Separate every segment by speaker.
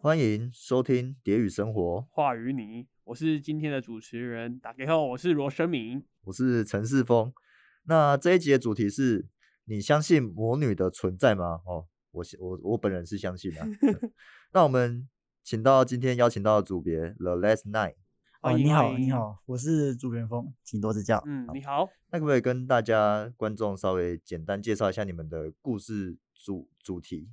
Speaker 1: 欢迎收听《蝶语生活》，
Speaker 2: 话与你，我是今天的主持人，打给后我是罗生明。
Speaker 1: 我是陈世峰。那这一集的主题是：你相信魔女的存在吗？哦，我是我我本人是相信的、 那我们请到今天邀请到的组别 The Last Night，
Speaker 2: 欢
Speaker 3: 哦，
Speaker 2: 迎
Speaker 3: 你好，
Speaker 2: 欢
Speaker 3: 你
Speaker 2: 迎
Speaker 3: 好，我是朱元峰，请多指教。
Speaker 2: 嗯，你好，
Speaker 1: 那可不可以跟大家观众稍微简单介绍一下你们的故事主主题？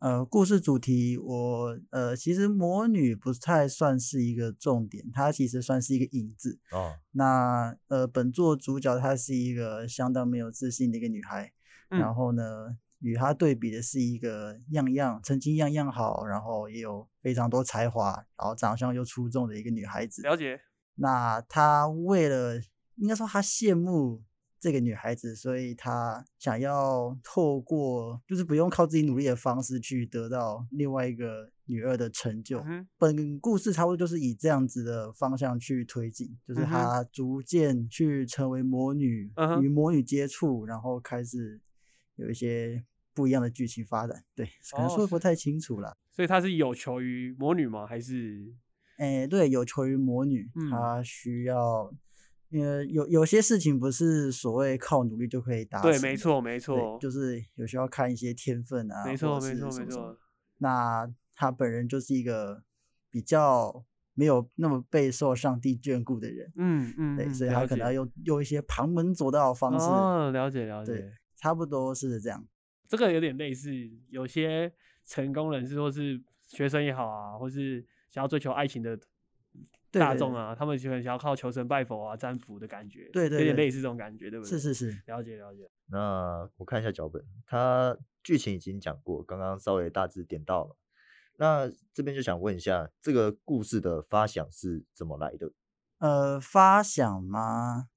Speaker 3: 呃，故事主题我呃，其实魔女不太算是一个重点，它其实算是一个引子。
Speaker 1: 哦，
Speaker 3: 那呃，本作主角她是一个相当没有自信的一个女孩，然
Speaker 2: 嗯
Speaker 3: 后呢，与她对比的是一个样样曾经样样好，然后也有非常多才华，然后长相又出众的一个女孩子。
Speaker 2: 了解，
Speaker 3: 那他为了，应该说他羡慕这个女孩子，所以他想要透过就是不用靠自己努力的方式去得到另外一个女二的成就
Speaker 2: 嗯。哼
Speaker 3: 本故事差不多就是以这样子的方向去推进，就是
Speaker 2: 嗯哼
Speaker 3: 她逐渐去成为魔女
Speaker 2: 嗯，哼
Speaker 3: 与魔女接触，然后开始有一些不一样的剧情发展。对，可能
Speaker 2: 哦
Speaker 3: 说得
Speaker 2: 是
Speaker 3: 不太清楚了。
Speaker 2: 所以他是有求于魔女吗？还是
Speaker 3: 哎，对，有求于魔女，
Speaker 2: 嗯
Speaker 3: 她需要，呃，有有些事情不是所谓靠努力就可以达成
Speaker 2: 对
Speaker 3: 的，，
Speaker 2: 没错，没
Speaker 3: 对，
Speaker 2: 错，
Speaker 3: 就是有需要看一些天分啊，
Speaker 2: 没
Speaker 3: 或
Speaker 2: 错，
Speaker 3: 者
Speaker 2: 没
Speaker 3: 是
Speaker 2: 错，
Speaker 3: 什
Speaker 2: 没
Speaker 3: 么什么
Speaker 2: 错。。
Speaker 3: 那她本人就是一个比较没有那么备受上帝眷顾的人，
Speaker 2: 嗯嗯，
Speaker 3: 对，
Speaker 2: 嗯
Speaker 3: 所以
Speaker 2: 了
Speaker 3: 她可能要
Speaker 2: 解
Speaker 3: 用用一些旁门左道的方式，
Speaker 2: 哦，了解了
Speaker 3: 对
Speaker 2: 解，
Speaker 3: 差不多是这样。
Speaker 2: 这个有点类似，有些成功人士或是学生也好啊，或是想要追求爱情的
Speaker 3: 对
Speaker 2: 大
Speaker 3: 对
Speaker 2: 众
Speaker 3: 对
Speaker 2: 啊，他们喜欢想要靠求神拜佛啊、占卜的感觉，
Speaker 3: 对对
Speaker 2: 有点
Speaker 3: 对
Speaker 2: 类似这种感觉，对不对？
Speaker 3: 是是是，
Speaker 2: 了解了解。
Speaker 1: 那我看一下脚本，它剧情已经讲过，刚刚稍微大致点到了。那这边就想问一下，这个故事的发想是怎么来的？
Speaker 3: 呃，发想吗？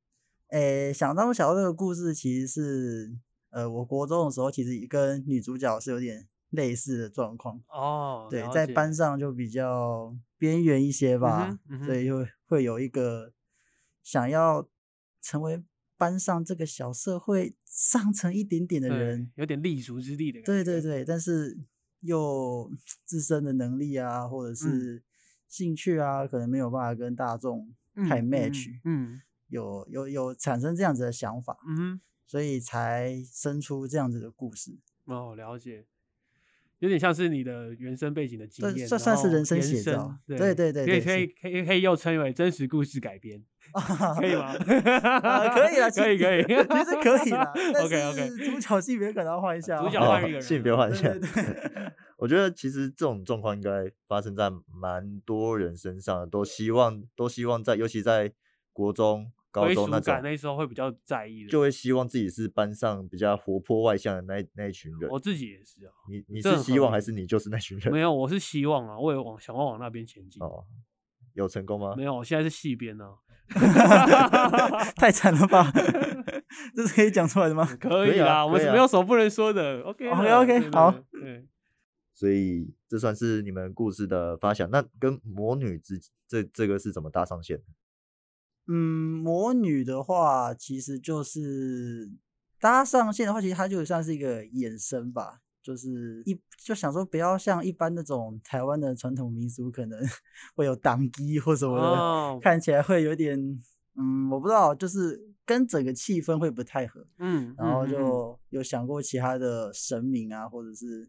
Speaker 3: 诶，想当小这个故事其实是，呃，我国中的时候其实跟女主角是有点类似的状况，
Speaker 2: 哦，
Speaker 3: 对，
Speaker 2: 了
Speaker 3: 在
Speaker 2: 解
Speaker 3: 班上就比较边缘一些吧
Speaker 2: 哼，嗯
Speaker 3: 所以就会有一个想要成为班上这个小社会上层一点点的
Speaker 2: 对
Speaker 3: 人，
Speaker 2: 有点立足之地的感觉。
Speaker 3: 对对对，但是又自身的能力啊，或者
Speaker 2: 嗯
Speaker 3: 是兴趣啊，可能没有办法跟大众太
Speaker 2: 嗯
Speaker 3: match，
Speaker 2: 嗯
Speaker 3: 有有有产生这样子的想法，
Speaker 2: 嗯
Speaker 3: 所以才生出这样子的故事。
Speaker 2: 嗯，哦，了解，有点像是你的原生背景的经
Speaker 3: 对
Speaker 2: 验，
Speaker 3: 算
Speaker 2: 然
Speaker 3: 算是
Speaker 2: 后
Speaker 3: 人生
Speaker 2: 延
Speaker 3: 写
Speaker 2: 伸
Speaker 3: 照
Speaker 2: 对
Speaker 3: 对对对
Speaker 2: 可以
Speaker 3: 对
Speaker 2: 可以可以可以又称为真实故事改编， 可以吗？
Speaker 3: 啊，可以啦，其
Speaker 2: 可以可以，。
Speaker 3: 其实可以啦
Speaker 2: OK OK，
Speaker 3: 但是 主角性别可能要换一下哦，
Speaker 2: 主角要
Speaker 1: 哦
Speaker 2: 换一个人
Speaker 1: 性
Speaker 2: 了
Speaker 1: 别换一
Speaker 3: 对
Speaker 1: 下。
Speaker 3: 对对
Speaker 1: 我觉得其实这种状况应该发生在蛮多人身上的，都希望都希望在，尤其在国中、高
Speaker 2: 归属
Speaker 1: 中那
Speaker 2: 感
Speaker 1: 种，
Speaker 2: 那时候会比较在意的。
Speaker 1: 就会希望自己是班上比较活泼外向的那一那一群人
Speaker 2: 我。自己也 是啊，
Speaker 1: 你你
Speaker 2: 这
Speaker 1: 是
Speaker 2: 很
Speaker 1: 希
Speaker 2: 合
Speaker 1: 望还
Speaker 2: 理
Speaker 1: 是你就是那群人？
Speaker 2: 没有，我是希望啊，我也往想要往那边前进。
Speaker 1: 哦，有成功吗
Speaker 2: 没？有，我现在是戏编啊呢。
Speaker 3: 太惨 了吧？这是可以讲出来的吗？
Speaker 2: 可
Speaker 1: 可
Speaker 2: 以
Speaker 1: 以啊
Speaker 2: 啦，我们
Speaker 1: 可以
Speaker 2: 是
Speaker 1: 啊
Speaker 2: 没有什么不能说的。OK
Speaker 3: 哦 OK，OK，
Speaker 2: 的对对
Speaker 3: 好
Speaker 2: 对对，
Speaker 1: 所以这算是你们故事的发想。那跟魔女之这这个是怎么搭上线的？
Speaker 3: 嗯，魔女的话，其实就是搭上线的话，其实它就像是一个衍生吧，就是一就想说不要像一般那种台湾的传统民俗，可能 会有党基或什么的，
Speaker 2: 哦，
Speaker 3: 看起来会有点，嗯，我不知道，就是跟整个气氛会不太合，
Speaker 2: 嗯，
Speaker 3: 然后
Speaker 2: 嗯嗯嗯
Speaker 3: 就有想过其他的神明啊，或者是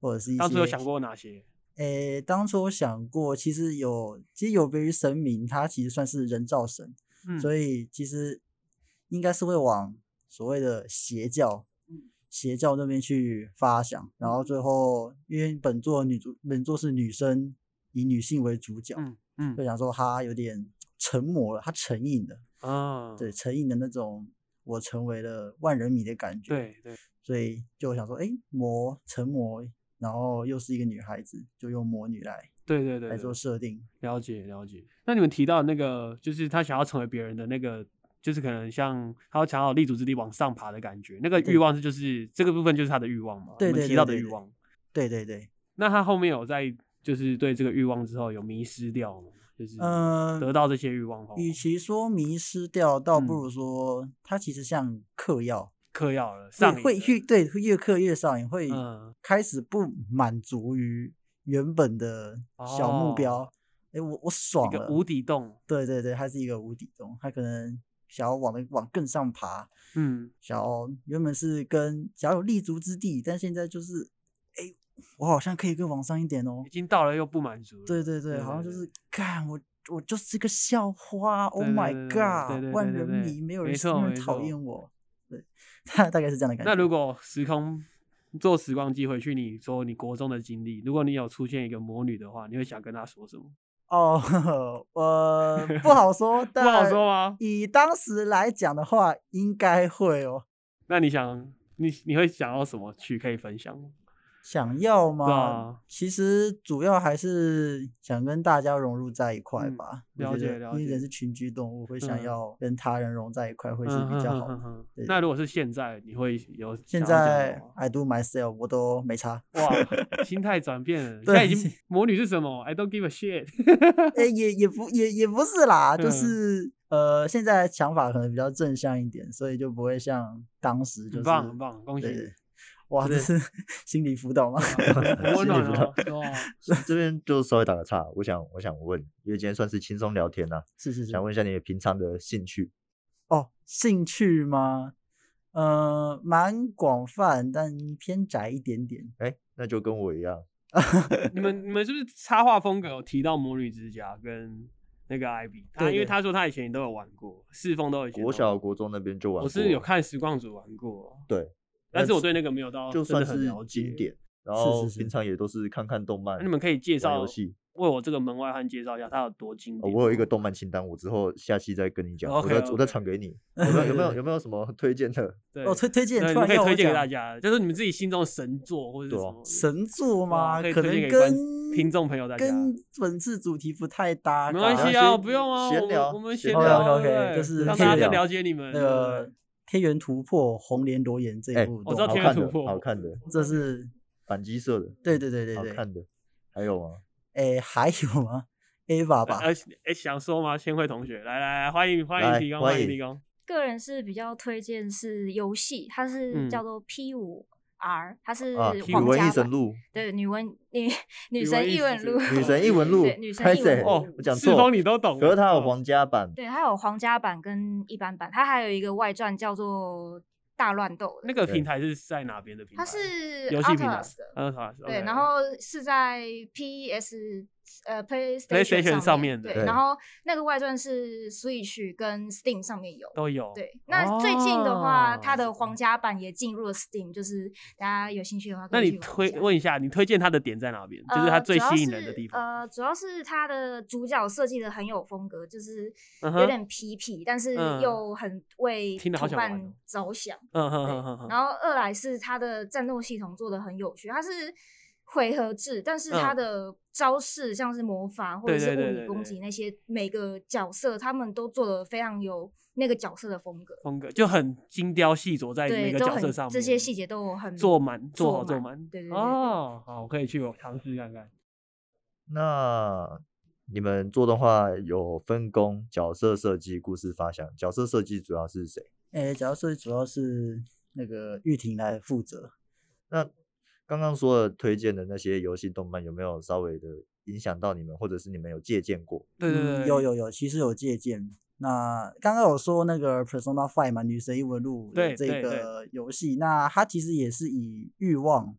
Speaker 3: 或者是一些
Speaker 2: 当初有想过哪些？
Speaker 3: 诶，当初我想过，其实有，其实有别于神明，它其实算是人造神，
Speaker 2: 嗯，
Speaker 3: 所
Speaker 2: 以
Speaker 3: 以其实应该是会往所谓的邪教、
Speaker 2: 嗯
Speaker 3: 邪教那边去发想，然后最后因为本作女主本作是女生，以女性为主角，
Speaker 2: 嗯嗯
Speaker 3: 就想说她有点成魔了，她成瘾了，
Speaker 2: 啊，
Speaker 3: 对，成瘾的那种，我成为了万人迷的感觉，
Speaker 2: 对对，
Speaker 3: 所以就想说，哎，魔成魔，然后又是一个女孩子，就用魔女来。
Speaker 2: 对对对
Speaker 3: 来做
Speaker 2: 对，
Speaker 3: 设定。
Speaker 2: 了解了解。那你们提到那个，就是他想要成为别人的那个，就是可能像他想要立足之地往上爬的感觉，那个
Speaker 3: 对
Speaker 2: 欲望是就是这个部分就是他的欲望嘛，
Speaker 3: 对
Speaker 2: 你们
Speaker 3: 对
Speaker 2: 提
Speaker 3: 对
Speaker 2: 到的
Speaker 3: 对
Speaker 2: 欲
Speaker 3: 对
Speaker 2: 望。
Speaker 3: 对对对，
Speaker 2: 那他后面有在就是对这个欲望之后有迷失掉吗？就是
Speaker 3: 嗯、
Speaker 2: 得到这些欲望后，
Speaker 3: 与其说迷失掉，倒不
Speaker 2: 嗯
Speaker 3: 如说它其实像嗑药，
Speaker 2: 嗑药了，上
Speaker 3: 会
Speaker 2: 瘾嗯
Speaker 3: 会
Speaker 2: 了
Speaker 3: 越对会越嗑越上瘾，会
Speaker 2: 嗯
Speaker 3: 开始不满足于原本的小目
Speaker 2: 哦
Speaker 3: 标，哎、我我
Speaker 2: 一
Speaker 3: 爽
Speaker 2: 个
Speaker 3: 了，
Speaker 2: 无底洞，
Speaker 3: 对对对，它是一个无底洞，它可能想要往那往更上爬，
Speaker 2: 嗯，
Speaker 3: 想要原本是跟想要有立足之地，但现在就是，哎、我好像可以更往上一点哦
Speaker 2: 已，经到了又不满足了，
Speaker 3: 对对对，好像就
Speaker 2: 对
Speaker 3: 是干我。我就是个校花，Oh
Speaker 2: 对对
Speaker 3: my
Speaker 2: 对对对
Speaker 3: god！
Speaker 2: 对对
Speaker 3: 万
Speaker 2: 对
Speaker 3: 人
Speaker 2: 对
Speaker 3: 迷，没有
Speaker 2: 没
Speaker 3: 人
Speaker 2: 错
Speaker 3: 没有人
Speaker 2: 没
Speaker 3: 讨
Speaker 2: 错
Speaker 3: 厌我，对， 大大概是这样的感觉。
Speaker 2: 那如果时空坐时光机回去，你说你国中的经历，如果你有出现一个魔女的话，你会想跟她说什么？
Speaker 3: 哦， 呃，不好 说，
Speaker 2: 不
Speaker 3: 但
Speaker 2: 好说啊吗？
Speaker 3: 以当时来讲的话，应该会哦。
Speaker 2: 那你想，你你会想要什么去可以分享吗？
Speaker 3: 想要
Speaker 2: 对
Speaker 3: 吗
Speaker 2: 啊？
Speaker 3: 其实主要还是想跟大家融入在一块
Speaker 2: 嗯
Speaker 3: 吧。我
Speaker 2: 了
Speaker 3: 觉
Speaker 2: 解
Speaker 3: 得
Speaker 2: 了
Speaker 3: 因为
Speaker 2: 解
Speaker 3: 人是群居动物，会想
Speaker 2: 嗯
Speaker 3: 要跟他人融在一块，会是
Speaker 2: 嗯
Speaker 3: 比较
Speaker 2: 哼
Speaker 3: 好
Speaker 2: 哼
Speaker 3: 的。
Speaker 2: 哼
Speaker 3: 对
Speaker 2: 那如果是现在，你会有想
Speaker 3: 现
Speaker 2: 要讲的
Speaker 3: 在
Speaker 2: 话
Speaker 3: I do myself，我都没差。
Speaker 2: 哇，心态转变了，现
Speaker 3: 对
Speaker 2: 在已经魔女是什么？I don't give a shit
Speaker 3: 哎、也也不也也不是啦，就
Speaker 2: 嗯
Speaker 3: 是呃，现在想法可能比较正向一点，所以就不会像当时
Speaker 2: 很
Speaker 3: 就是
Speaker 2: 棒很棒，恭喜
Speaker 3: 对
Speaker 2: 你！
Speaker 3: 对，哇，这
Speaker 1: 就是
Speaker 3: 心理辅导吗？
Speaker 2: 啊很温
Speaker 1: 心
Speaker 2: 暖
Speaker 1: 里不
Speaker 2: 哦，哇，
Speaker 1: 这边就稍微打个岔，我想我想问，因为今天算是轻松聊天呐、 啊
Speaker 3: 是是是
Speaker 1: 想。问一下你平常的兴趣。
Speaker 3: 哦，兴趣吗？呃，蛮广泛，但偏窄一点点。
Speaker 1: 哎，那就跟我一样，
Speaker 2: 你们你们是不是插画风格有提到《魔女之家》跟那个艾比？他
Speaker 3: 对
Speaker 2: 因为
Speaker 3: 对
Speaker 2: 他说他以前都有玩过，四风都有以前都
Speaker 1: 国
Speaker 2: 玩
Speaker 1: 小、
Speaker 2: 过
Speaker 1: 国中那边就玩过。
Speaker 2: 我是有，看实况组玩过，
Speaker 1: 对，
Speaker 2: 但是我对那个没有到
Speaker 1: 就
Speaker 2: 真
Speaker 1: 算
Speaker 2: 的很
Speaker 1: 是
Speaker 2: 了解
Speaker 1: 经。典。然
Speaker 3: 是
Speaker 1: 后
Speaker 3: 是是
Speaker 1: 平常也都是看看动漫
Speaker 2: 那，你们可以介
Speaker 1: 玩
Speaker 2: 绍
Speaker 1: 游戏。
Speaker 2: 为我这个门外汉介绍一下它有多经
Speaker 1: 哦，
Speaker 2: 典。
Speaker 1: 我有一个，动漫清单，我之后下期再跟你讲，我再我再
Speaker 2: OK，OK
Speaker 1: 传给 你。有没有有没有有没有什么推荐的？
Speaker 2: 对，
Speaker 3: 哦，推推荐，
Speaker 2: 对，你
Speaker 3: 突
Speaker 2: 们
Speaker 3: 然
Speaker 2: 可以
Speaker 3: 要
Speaker 2: 推
Speaker 3: 我
Speaker 2: 荐给大
Speaker 3: 讲
Speaker 2: 家，就是你们自己心中的神作或者是
Speaker 1: 对
Speaker 2: 什
Speaker 1: 啊
Speaker 2: 么
Speaker 3: 神作
Speaker 2: 哇
Speaker 3: 吗？
Speaker 2: 可以
Speaker 3: 可
Speaker 2: 推荐
Speaker 3: 能
Speaker 2: 给观
Speaker 3: 跟
Speaker 2: 听众朋友大家。
Speaker 3: 跟本次主题不太搭嘎。
Speaker 2: 没关系
Speaker 1: 没关
Speaker 2: 啊，
Speaker 1: 系
Speaker 2: 不用啊，
Speaker 1: 闲
Speaker 2: 我们
Speaker 1: 聊
Speaker 2: 我们
Speaker 1: 闲
Speaker 2: 闲
Speaker 1: 聊
Speaker 2: 聊
Speaker 3: OK，OK，
Speaker 2: 对
Speaker 3: 就是
Speaker 2: 让
Speaker 1: 可以
Speaker 2: 大家
Speaker 1: 聊
Speaker 2: 更了解你们。对
Speaker 3: 那
Speaker 2: 不对
Speaker 3: 个《呃天元突破》《红莲罗眼》这
Speaker 1: 哎
Speaker 3: 一部
Speaker 2: 我
Speaker 3: 动
Speaker 2: 知道
Speaker 3: 画，
Speaker 1: 好
Speaker 2: 天元
Speaker 1: 看
Speaker 2: 突
Speaker 1: 的，
Speaker 2: 破
Speaker 1: 好看的，
Speaker 3: 这是
Speaker 1: 反击社的，
Speaker 3: 对对对
Speaker 1: 好
Speaker 3: 对对。
Speaker 1: 看的。还有吗？
Speaker 3: 哎，还有吗？Ava 吧，
Speaker 2: 呃，哎，想说吗？千惠同学，来来来，欢迎欢
Speaker 1: 来
Speaker 2: 迎提供，
Speaker 1: 欢
Speaker 2: 欢迎
Speaker 1: 迎
Speaker 2: 提供。
Speaker 4: 个人是比较推荐是游戏，它是
Speaker 2: 嗯
Speaker 4: 叫做 P 五 R，它是
Speaker 1: 啊，
Speaker 4: 皇
Speaker 1: 女
Speaker 4: 家
Speaker 1: 文异
Speaker 4: 版
Speaker 1: 神 录，
Speaker 4: 对女文 女女
Speaker 2: 女
Speaker 4: 神
Speaker 2: 文异
Speaker 4: 异闻
Speaker 2: 神
Speaker 4: 录，
Speaker 1: 女神异闻录
Speaker 4: 对，女神
Speaker 1: 拍
Speaker 4: 异闻
Speaker 1: 谁？
Speaker 4: 录
Speaker 2: 哦
Speaker 1: 我讲
Speaker 2: 世
Speaker 1: 错
Speaker 2: 风你都懂
Speaker 1: 可是它有
Speaker 2: 嗯
Speaker 1: 皇家版，
Speaker 4: 对，它有皇家版跟一般版，它还有一个外传叫做大乱斗的，
Speaker 2: 那个
Speaker 1: 对
Speaker 2: 平台是在哪边的平台？
Speaker 4: 它是
Speaker 2: 游戏平台
Speaker 4: Atlus 的，
Speaker 2: 嗯，好，OK，
Speaker 4: 对，然后是在 PS 呃
Speaker 2: PlayStation 上
Speaker 4: 上
Speaker 2: 面的
Speaker 4: 对，
Speaker 1: 对
Speaker 4: 然后那个外传是 Switch 跟 Steam 上面有。
Speaker 2: 都有。
Speaker 4: 对，那最近的话，它
Speaker 2: 哦
Speaker 4: 的皇家版也进入了 Steam，就是大家有兴趣的话可
Speaker 2: 那
Speaker 4: 以
Speaker 2: 你
Speaker 4: 去玩一下，
Speaker 2: 推问一下，你推荐它的点在哪边？就是它
Speaker 4: 呃
Speaker 2: 最
Speaker 4: 主要
Speaker 2: 吸引人
Speaker 4: 是
Speaker 2: 的地方。
Speaker 4: 呃，主要是它的主角设计的很有风格，就是
Speaker 2: 嗯
Speaker 4: 有
Speaker 2: 哼
Speaker 4: 点痞痞，但是
Speaker 2: 嗯
Speaker 4: 又很为
Speaker 2: 听得好
Speaker 4: 同
Speaker 2: 想玩
Speaker 4: 伴
Speaker 2: 哦
Speaker 4: 着想。
Speaker 2: 嗯哼
Speaker 4: 呃对
Speaker 2: 哼哼哼，
Speaker 4: 然后二来是它的战斗系统做的很有趣，它是回合制，但是它
Speaker 2: 嗯
Speaker 4: 的招式像是魔法或者
Speaker 2: 对
Speaker 4: 是
Speaker 2: 对对
Speaker 4: 物
Speaker 2: 对
Speaker 4: 理攻
Speaker 2: 对
Speaker 4: 击那些，每个角色他们都做的非常有那个角色的风格。
Speaker 2: 风格就很精雕细琢在每
Speaker 4: 对，
Speaker 2: 个
Speaker 4: 都
Speaker 2: 角色
Speaker 4: 很
Speaker 2: 上面，
Speaker 4: 这些细节都很
Speaker 2: 做满，做好，做
Speaker 4: 做满
Speaker 2: 满。
Speaker 4: 对对对对
Speaker 2: 哦，好，我可以去我尝试看
Speaker 3: 嗯
Speaker 2: 看。
Speaker 1: 那你们做动画有分工、角色设计、故事发想。角色设计主要是谁？
Speaker 2: 呃
Speaker 3: 哎，角色主要是那个玉婷来负责。
Speaker 1: 那刚刚说的推荐的那些游戏、动漫，有没有稍微的影响到你们，或者是你们有借鉴过？
Speaker 2: 对对
Speaker 3: 嗯
Speaker 2: 对，
Speaker 3: 有有有，其实有借鉴。那刚刚有说那个 Persona Five 嘛，《女神异闻录》
Speaker 2: 对
Speaker 3: 的这
Speaker 2: 对对
Speaker 3: 个游戏，那它其实也是以欲望，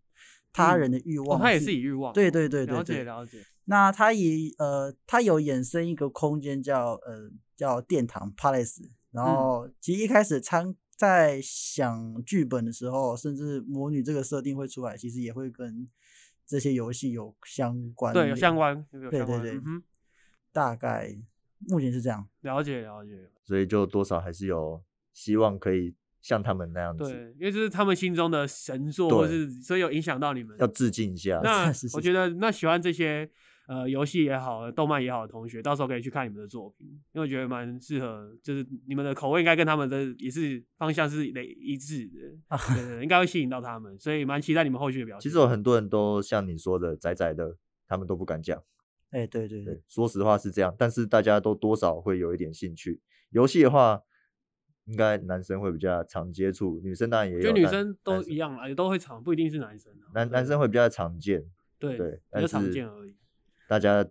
Speaker 3: 他人的欲
Speaker 2: 哦，
Speaker 3: 望，
Speaker 2: 它也是以欲望。
Speaker 3: 对对对对
Speaker 2: 了解
Speaker 3: 对
Speaker 2: 了解。
Speaker 3: 那它也呃，它有衍生一个空间叫呃叫殿堂 Palace，然
Speaker 2: 嗯
Speaker 3: 后其实一开始参在想剧本的时候，甚至魔女这个设定会出来，其实也会跟这些游戏有相关，
Speaker 2: 对，有相，关，有
Speaker 3: 对
Speaker 2: 相
Speaker 3: 对
Speaker 2: 关。
Speaker 3: 对
Speaker 2: 嗯哼，
Speaker 3: 大概目前是这样。
Speaker 2: 了解了解。
Speaker 1: 所以就多少还是有希望可以像他们那样子，
Speaker 2: 对，因为这是他们心中的神作，或
Speaker 1: 对
Speaker 2: 是所以有影响到你们。
Speaker 1: 要致敬一下。
Speaker 2: 那
Speaker 3: 是是
Speaker 2: 我觉得，那喜欢这些呃游戏也好、动漫也好的同学，到时候可以去看你们的作品，因为我觉得蛮适合，就是你们的口味应该跟他们的也是方向是类一致的， 对对对，应该会吸引到他们，所以蛮期待你们后续的表现。
Speaker 1: 其实有很多人都像你说的宅宅的，他们都不敢讲。
Speaker 3: 哎、对对对
Speaker 1: 对，，说实话是这样，但是大家都多少会有一点兴趣。游戏的话，应该男生会比较常接触，女生当然也有，
Speaker 2: 就女
Speaker 1: 但
Speaker 2: 生都
Speaker 1: 男生
Speaker 2: 一样啦，也都会唱，不一定是男生啊。
Speaker 1: 男
Speaker 2: 对
Speaker 1: 男生会比较常见。
Speaker 2: 对
Speaker 1: 对
Speaker 2: 比较
Speaker 1: 但
Speaker 2: 常
Speaker 1: 是
Speaker 2: 见而已。
Speaker 1: 大家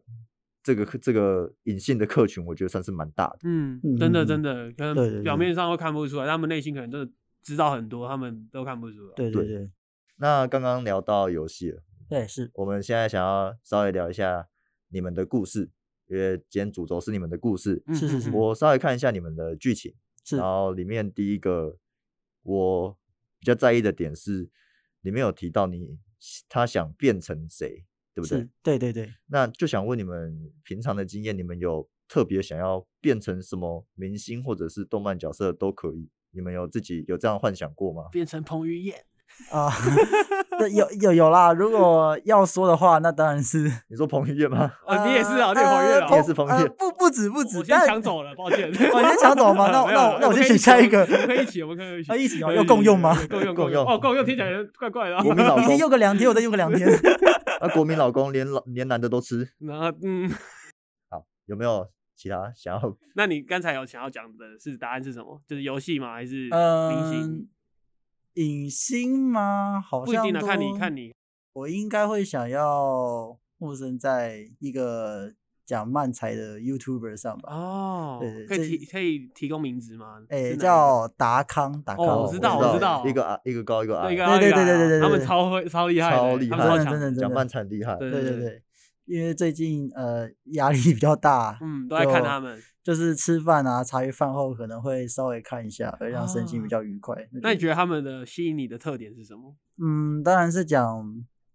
Speaker 1: 这个这个隐性的客群，我觉得算是蛮大的。
Speaker 2: 嗯，真的
Speaker 3: 嗯
Speaker 2: 真的，可
Speaker 3: 对对
Speaker 2: 能表
Speaker 3: 对
Speaker 2: 面上会看不出来，他们内心可能真的知道很多，他们都看不出来。
Speaker 3: 对对对
Speaker 1: 那刚刚聊到游戏了，
Speaker 3: 对是，
Speaker 1: 我们现在想要稍微聊一下你们的故事，因为今天主轴是你们的故事。
Speaker 2: 嗯，
Speaker 3: 是是是
Speaker 1: 我稍微看一下你们的剧情，
Speaker 3: 是
Speaker 2: 哦
Speaker 1: 然后里面第一个我比较在意的点是，里面有提到你他想变成谁，对不对
Speaker 3: 是？，对对对。
Speaker 1: 那就想问你们平常的经验，你们有特别想要变成什么明星或者是动漫角色都可以，你们有自己有这样幻想过吗？
Speaker 2: 变成彭于 晏，
Speaker 3: 啊，对有有有啦。如果要说的话，那当然是
Speaker 1: 你说彭于晏吗？
Speaker 2: 啊，你也是啊，
Speaker 3: 呃
Speaker 2: 对彭于晏啊，
Speaker 1: 你也是彭于
Speaker 3: 呃
Speaker 1: 晏
Speaker 3: 不不止不止，
Speaker 2: 我先
Speaker 3: 但
Speaker 2: 抢走了， 抱歉。呃
Speaker 3: 我先抢 走吗那
Speaker 2: 没有
Speaker 3: 那我
Speaker 2: 了
Speaker 3: 那我
Speaker 2: 们
Speaker 3: 就
Speaker 2: 可以
Speaker 3: 选下
Speaker 2: 起
Speaker 3: 一个
Speaker 2: 我们可以一起，我们可以一 起。
Speaker 3: 啊 一起哦
Speaker 2: 可以
Speaker 3: 要共用吗
Speaker 2: 对共用
Speaker 1: 共
Speaker 2: 共用
Speaker 1: 用
Speaker 2: 哦，共用听起来怪怪的啊。
Speaker 1: 国 民老
Speaker 3: 你先
Speaker 1: 公
Speaker 3: 用个两天，我再用个两天。
Speaker 1: 啊，国民老公连老连男的都吃，
Speaker 2: 然后嗯，
Speaker 1: 有没有其他想要？
Speaker 2: 那你刚才有想要讲的是答案是什么？就是游戏吗？还是明星？
Speaker 3: 嗯，影星吗？好
Speaker 2: 不一
Speaker 3: 像
Speaker 2: 定啊，看你
Speaker 3: 都哦
Speaker 2: 看，你。
Speaker 3: 我应该会想要附身在一个讲漫才的 YouTuber 上吧。
Speaker 2: 哦
Speaker 3: 对对，
Speaker 2: 可以
Speaker 3: 这
Speaker 2: 提可以提供名字吗？是
Speaker 3: 诶、
Speaker 2: 哪一个
Speaker 3: 叫达康，达康，
Speaker 2: 哦我知道我知道
Speaker 1: 一个矮一个高一个矮，
Speaker 2: 对一个
Speaker 3: 对
Speaker 2: 啊
Speaker 3: 对
Speaker 2: 一个
Speaker 3: 对对
Speaker 2: 啊
Speaker 3: 对对
Speaker 2: 他们
Speaker 3: 对
Speaker 2: 超会超厉害的，欸
Speaker 1: 超厉
Speaker 2: 他
Speaker 1: 害
Speaker 2: 们超
Speaker 3: 真的
Speaker 2: 强
Speaker 3: 真的
Speaker 1: 讲漫才很厉害，
Speaker 2: 对
Speaker 3: 对对对，因为最近呃压力 比较大，
Speaker 2: 嗯，都在看他们。
Speaker 3: 就是吃饭啊，茶余饭后可能会稍微看一下，会让身心
Speaker 2: 啊
Speaker 3: 比较愉快。
Speaker 2: 那你觉
Speaker 3: 得？
Speaker 2: 得他们的吸引你的特点是什么？
Speaker 3: 嗯，当然是讲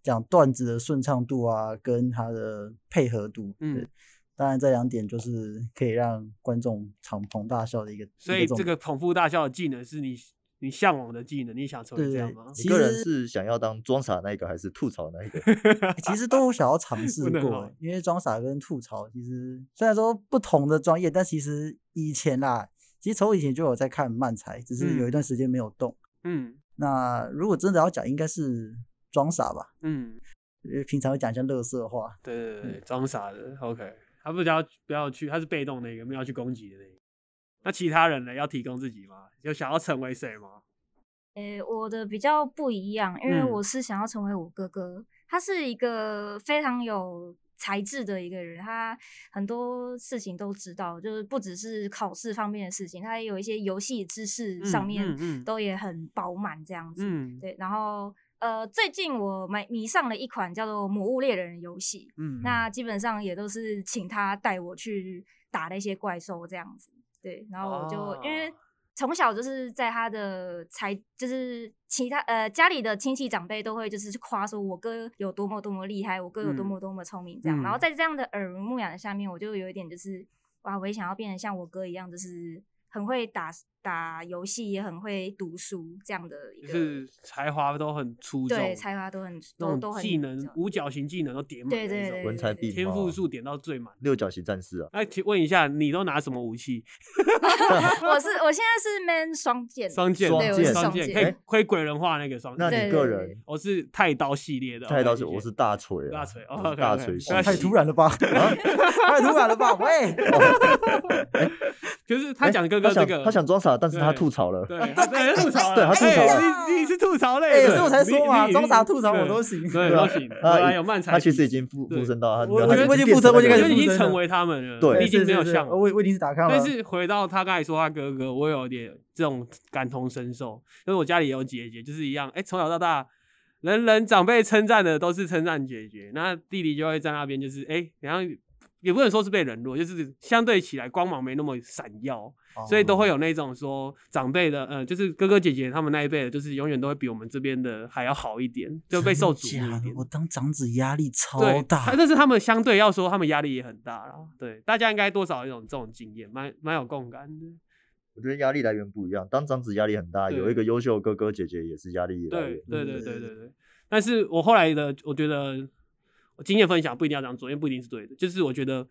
Speaker 3: 讲段子的顺畅度啊，跟它的配合度。
Speaker 2: 嗯
Speaker 3: 对，当然这两点就是可以让观众敞篷大笑的一个。
Speaker 2: 所
Speaker 3: 一
Speaker 2: 以
Speaker 3: 重
Speaker 2: 这个捧腹大笑的技能是你你向往的技能，你想成为这样吗？
Speaker 1: 你个人是想要当装傻那一个，还是吐槽那一个？
Speaker 3: 欸其实都有想要尝试
Speaker 2: 问得很
Speaker 3: 过
Speaker 2: 好
Speaker 3: 欸，因为装傻跟吐槽，其实虽然说不同的专业，但其实以前啦，其实从我以前就有在看漫才，只是有
Speaker 2: 嗯
Speaker 3: 一段时间没有动。
Speaker 2: 嗯
Speaker 3: 那如果真的要讲，应该是装傻吧，
Speaker 2: 嗯，
Speaker 3: 因为平常会讲一些乐色话。
Speaker 2: 对对对对，装傻的。OK，他不要不要去，他是被动那个，没有要去攻击的那个。那其他人呢？要提供自己吗？有想要成为谁吗？
Speaker 4: 诶、我的比较不一样，因为
Speaker 2: 嗯
Speaker 4: 我是想要成为我哥哥，他是一个非常有才智的一个人，他很多事情都知道，就是不只是考试方面的事情，他也有一些游戏知识
Speaker 2: 嗯
Speaker 4: 上面
Speaker 2: 嗯嗯
Speaker 4: 都也很饱满这样子。
Speaker 2: 嗯
Speaker 4: 对，然后呃，最近我买迷上了一款叫做《魔物猎人》的游戏，
Speaker 2: 嗯，
Speaker 4: 那基本上也都是请他带我去打那些怪兽这样子。对，然后我就、因为
Speaker 2: 哦
Speaker 4: 从小就是在他的才，就是其他呃家里的亲戚长辈都会就是夸说我哥有多么多么厉害，我哥有多
Speaker 2: 嗯
Speaker 4: 么多么聪明这样。然后
Speaker 2: 嗯
Speaker 4: 在这样的耳濡目染的下面，我就有一点就是哇，我也想要变得像我哥一样，就是很会打打游戏，也很会读书这样的一
Speaker 2: 就
Speaker 4: 个。
Speaker 2: 是才华都很出众，
Speaker 4: 对才华都很
Speaker 2: 那
Speaker 4: 都
Speaker 2: 种
Speaker 4: 都很
Speaker 2: 技能
Speaker 4: 这种
Speaker 2: 五角形技能都点满那
Speaker 4: 对
Speaker 2: 一
Speaker 4: 对
Speaker 2: 种，
Speaker 4: 对
Speaker 1: 文 采并
Speaker 2: 天
Speaker 1: 茂
Speaker 2: 赋
Speaker 1: 啊
Speaker 2: 数点到最满。
Speaker 1: 六角形战士啊，
Speaker 2: 那请问一下，你都拿什么武
Speaker 4: 嗯
Speaker 2: 器？
Speaker 4: 我是我现在是 man 双剑，
Speaker 2: 双剑，
Speaker 1: 双
Speaker 4: 对我
Speaker 1: 剑
Speaker 4: 是
Speaker 2: 双
Speaker 4: 双
Speaker 2: 剑，
Speaker 4: 剑，
Speaker 2: 可以可以鬼人化那个双。
Speaker 1: 那
Speaker 4: 对
Speaker 1: 你
Speaker 4: 对
Speaker 1: 个
Speaker 4: 对
Speaker 1: 人
Speaker 2: 我哦是太刀系列的，哦
Speaker 1: 太刀是
Speaker 2: 系列
Speaker 1: 我是大锤啊，
Speaker 2: 大锤哦
Speaker 1: 我是
Speaker 2: OK，OK
Speaker 1: 大锤
Speaker 2: 哇
Speaker 1: 系
Speaker 2: 那
Speaker 1: 列，
Speaker 3: 太
Speaker 2: 行啊哦
Speaker 3: 突然 了吧！太突然了吧！喂，
Speaker 2: 就是他
Speaker 1: 诶
Speaker 2: 讲哥
Speaker 1: 哎他
Speaker 2: 哥这
Speaker 1: 想
Speaker 2: 个，
Speaker 1: 他想装傻，但是他
Speaker 2: 对
Speaker 1: 吐槽了，
Speaker 2: 对，他对他吐槽了，
Speaker 1: 对他吐槽
Speaker 2: 哎
Speaker 3: 了
Speaker 2: 你你是吐槽
Speaker 3: 哎、
Speaker 2: 类的，
Speaker 3: 所以我才
Speaker 2: 你
Speaker 3: 说嘛，
Speaker 2: 你
Speaker 3: 装傻吐槽我都
Speaker 2: 对
Speaker 3: 行。
Speaker 2: 对
Speaker 1: 对啊
Speaker 2: 都行，
Speaker 1: 他
Speaker 2: 对，有漫才，
Speaker 1: 他其实已经附
Speaker 2: 对
Speaker 1: 附身到他，
Speaker 3: 我
Speaker 1: 他
Speaker 3: 我
Speaker 1: 已经
Speaker 3: 觉得已经
Speaker 1: 变
Speaker 3: 附身
Speaker 1: 成
Speaker 3: 我
Speaker 1: 那个
Speaker 3: 已经开
Speaker 2: 就
Speaker 3: 始
Speaker 1: 人了
Speaker 2: 已经
Speaker 3: 附身
Speaker 2: 成
Speaker 3: 了
Speaker 2: 为他们了，
Speaker 1: 对
Speaker 2: 你已经
Speaker 3: 是
Speaker 2: 没有
Speaker 3: 是是
Speaker 2: 像
Speaker 3: 我我已经是打康了。
Speaker 2: 但是回到他刚才说，他哥哥，我有点这种感同身受，因为我家里也有姐姐，就是一样，哎、从小到大，人人长辈称赞的都是称赞姐姐，那弟弟就会在那边就是，哎、然后也不能说是被冷落，就是相对起来光芒没那么闪耀，
Speaker 3: 哦
Speaker 2: 所以都会有那种说长辈的，呃，就是哥哥姐姐他们那一辈的，就是永远都会比我们这边的还要好一点，就被受瞩 目一点。
Speaker 3: 我当长子压力超
Speaker 2: 对，
Speaker 3: 大
Speaker 2: 他。但是他们相对要说，他们压力也很大啦。对，大家应该多少有一种这种经验，蛮蛮有共感的。
Speaker 1: 我觉得压力来源不一样，当长子压力很大，有
Speaker 2: 对
Speaker 1: 一个优秀的哥哥姐姐也是压力来源
Speaker 2: 对，对对对
Speaker 3: 嗯对
Speaker 2: 对对。但是我后来的，我觉得我经验分享不一定要这样做，因为不一定是对的。就是我觉得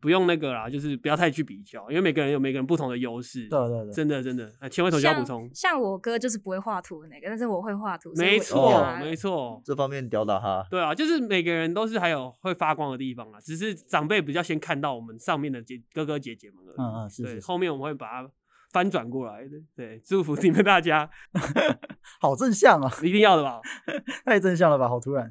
Speaker 2: 不用那个啦，就是不要太去比较，因为每个人有每个人不同的优势。
Speaker 3: 对对对，
Speaker 2: 真的真的，啊，千万同学要补充
Speaker 4: 像。像我哥就是不会画图的那个，但是我会画图，所以
Speaker 2: 没
Speaker 4: 我就
Speaker 1: 一
Speaker 2: 错
Speaker 4: 叫
Speaker 1: 样
Speaker 4: 他，
Speaker 2: 没错，
Speaker 1: 这方面吊打他，
Speaker 2: 对啊，就是每个人都是还有会发光的地方啦，啊只是长辈比较先看到我们上面的姐哥哥姐姐们而已。
Speaker 3: 嗯嗯是
Speaker 2: 对，
Speaker 3: 是是
Speaker 2: 后面我们会把它翻转过来的。对，祝福你们大 家，
Speaker 3: 好正向啊，
Speaker 2: 一定要的吧？
Speaker 3: 太正向了吧，好 突然。